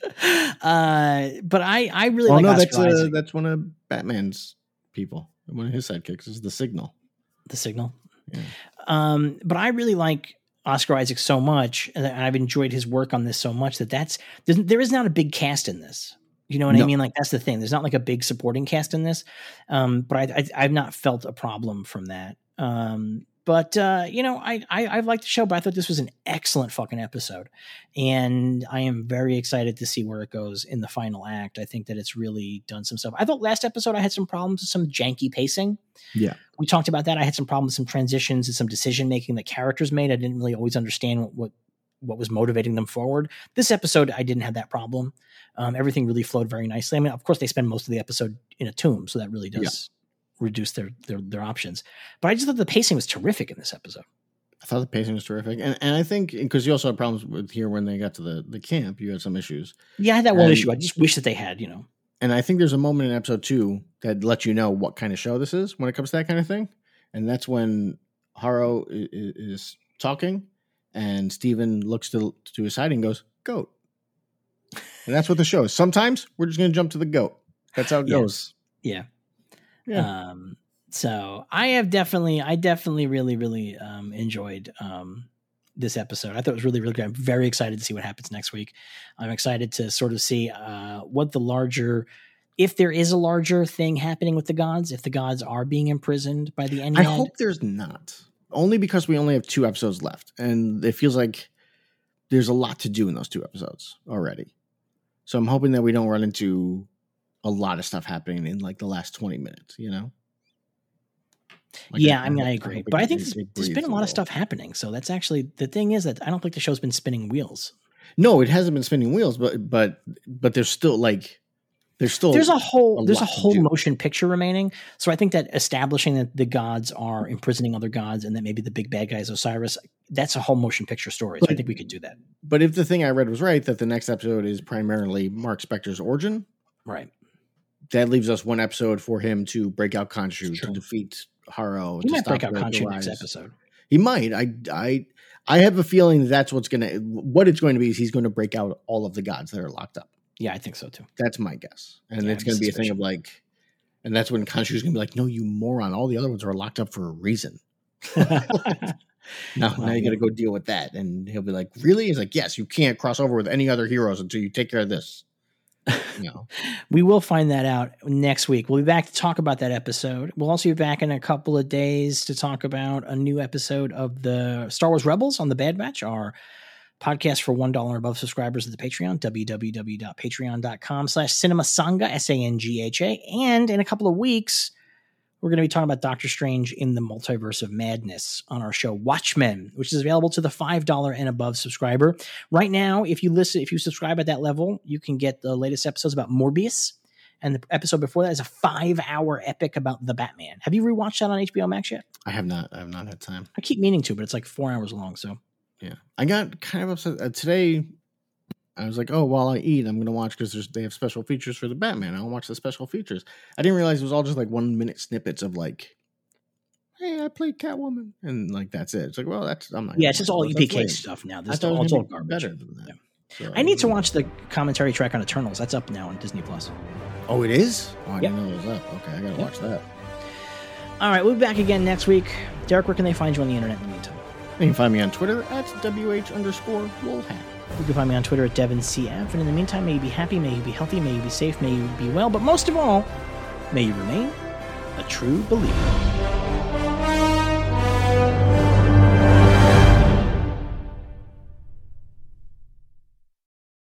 Speaker 2: Uh, but I I really
Speaker 3: oh
Speaker 2: like
Speaker 3: no,
Speaker 2: Oscar
Speaker 3: that's uh,
Speaker 2: Isaac.
Speaker 3: that's one of Batman's people. One of his sidekicks is the Signal.
Speaker 2: the signal.
Speaker 3: Yeah.
Speaker 2: Um, but I really like Oscar Isaac so much, and I've enjoyed his work on this so much that that's there's- there is not a big cast in this. You know what I
Speaker 3: No.
Speaker 2: mean? Like that's the thing. There's not like a big supporting cast in this, um, but I, I I've not felt a problem from that. Um, but uh, you know, I, I I liked the show, but I thought this was an excellent fucking episode, and I am very excited to see where it goes in the final act. I think that it's really done some stuff. I thought last episode I had some problems with some janky pacing we talked about that. I had some problems, some transitions, and some decision making that characters made. I didn't really always understand what, what what was motivating them forward. This episode, I didn't have that problem. Um, everything really flowed very nicely. I mean, of course, they spend most of the episode in a tomb, so that really does reduce their their their options. But I just thought the pacing was terrific in this episode.
Speaker 3: I thought the pacing was terrific, and and I think because you also had problems with here when they got to the the camp, you had some issues,
Speaker 2: Yeah, I had that one
Speaker 3: And-
Speaker 2: issue. I just wish that they had, you know.
Speaker 3: and I think there's a moment in episode two that lets you know what kind of show this is when it comes to that kind of thing, and that's when Haro is, is talking, and Steven looks to to his side and goes goat, and that's what the show is. Sometimes we're just gonna jump to the goat. That's how it
Speaker 2: Yeah.
Speaker 3: goes.
Speaker 2: Yeah.
Speaker 3: Yeah.
Speaker 2: Um, so I have definitely, I definitely really, really um, enjoyed um, this episode. I thought it was really, really good. I'm very excited to see what happens next week. I'm excited to sort of see uh, what the larger, if there is a larger thing happening with the gods, if the gods are being imprisoned by the end.
Speaker 3: I hope there's not. Only because we only have two episodes left, and it feels like there's a lot to do in those two episodes already. So I'm hoping that we don't run into a lot of stuff happening in like the last 20 minutes, you know?
Speaker 2: yeah, I, mean,
Speaker 3: hope-
Speaker 2: I agree,
Speaker 3: hope it-
Speaker 2: but I think
Speaker 3: it-
Speaker 2: there's,
Speaker 3: it
Speaker 2: there's been
Speaker 3: breathes
Speaker 2: a lot
Speaker 3: little.
Speaker 2: of stuff happening. So that's actually the thing is that I don't think the show's been spinning wheels.
Speaker 3: No, it hasn't been spinning wheels, but but but there's still like there's still
Speaker 2: there's a whole
Speaker 3: a
Speaker 2: there's a
Speaker 3: lot to
Speaker 2: whole
Speaker 3: do.
Speaker 2: motion picture remaining. So I think that establishing that the gods are imprisoning other gods and that maybe the big bad guy is Osiris, that's a whole motion picture story. So I
Speaker 3: But-
Speaker 2: think we could do that.
Speaker 3: but if the thing I read was right, that the next episode is primarily Mark Spector's origin,
Speaker 2: Right.
Speaker 3: that leaves us one episode for him to break out Khonshu
Speaker 2: It's
Speaker 3: to
Speaker 2: true.
Speaker 3: defeat Haro.
Speaker 2: He
Speaker 3: to
Speaker 2: might
Speaker 3: stop
Speaker 2: break out
Speaker 3: Red
Speaker 2: Khonshu next
Speaker 3: Arise.
Speaker 2: episode.
Speaker 3: He might. I I I have a feeling that's what's gonna what it's going to be is he's going to break out all of the gods that are locked up.
Speaker 2: Yeah, I think so too.
Speaker 3: That's my guess, and
Speaker 2: Yeah, I
Speaker 3: it's
Speaker 2: have a
Speaker 3: going to be a thing
Speaker 2: suspicion.
Speaker 3: of like, and that's when Khonshu's going to be like, "No, you moron! All the other ones are locked up for a reason." Now,
Speaker 2: Well,
Speaker 3: now you
Speaker 2: yeah.
Speaker 3: got to go deal with that, and he'll be like, "Really?" He's like, "Yes, you can't cross over with any other heroes until you take care of this." You know,
Speaker 2: we will find that out next week. We'll be back to talk about that episode. We'll also be back in a couple of days to talk about a new episode of the Star Wars Rebels on the Bad Batch, our podcast for $1 and above subscribers at the Patreon, www.patreon.com slash cinemasanga, S-A-N-G-H-A. And in a couple of weeks, we're going to be talking about Doctor Strange in the Multiverse of Madness on our show Watchmen, which is available to the $5 and above subscriber. Right now, if you listen, if you subscribe at that level, you can get the latest episodes about Morbius. And the episode before that is a five hour epic about the Batman. Have you rewatched that on HBO Max yet?
Speaker 3: I have not, I have not had time.
Speaker 2: I keep meaning to, but it's like four hours long. So
Speaker 3: Yeah, I got kind of upset uh, today. I was like, "Oh, while I eat, I'm gonna watch because they have special features for the Batman. I'll watch the special features." I didn't realize it was all just like one minute snippets of like, "Hey, I played Catwoman," and like that's it. It's like, well, that's I'm not.
Speaker 2: yeah,
Speaker 3: gonna
Speaker 2: it's just
Speaker 3: watch
Speaker 2: all
Speaker 3: those.
Speaker 2: EPK
Speaker 3: That's lame.
Speaker 2: stuff now.
Speaker 3: I
Speaker 2: This is
Speaker 3: thought it
Speaker 2: all,
Speaker 3: was
Speaker 2: it's all
Speaker 3: gonna be
Speaker 2: garbage.
Speaker 3: better than that.
Speaker 2: Yeah.
Speaker 3: So,
Speaker 2: I need to
Speaker 3: uh,
Speaker 2: watch the commentary track on Eternals. That's up now on Disney Plus.
Speaker 3: Oh, it is. Oh, I
Speaker 2: Yep.
Speaker 3: didn't know it was up. Okay, I gotta
Speaker 2: Yep.
Speaker 3: watch that.
Speaker 2: All right, we'll be back again next week. Derek, where can they find you on the internet in the meantime?
Speaker 3: You can find me on Twitter at wh underscore woolhat.
Speaker 2: You can find me on Twitter at DevinCF. And in the meantime, may you be happy, may you be healthy, may you be safe, may you be well, but most of all, may you remain a true believer.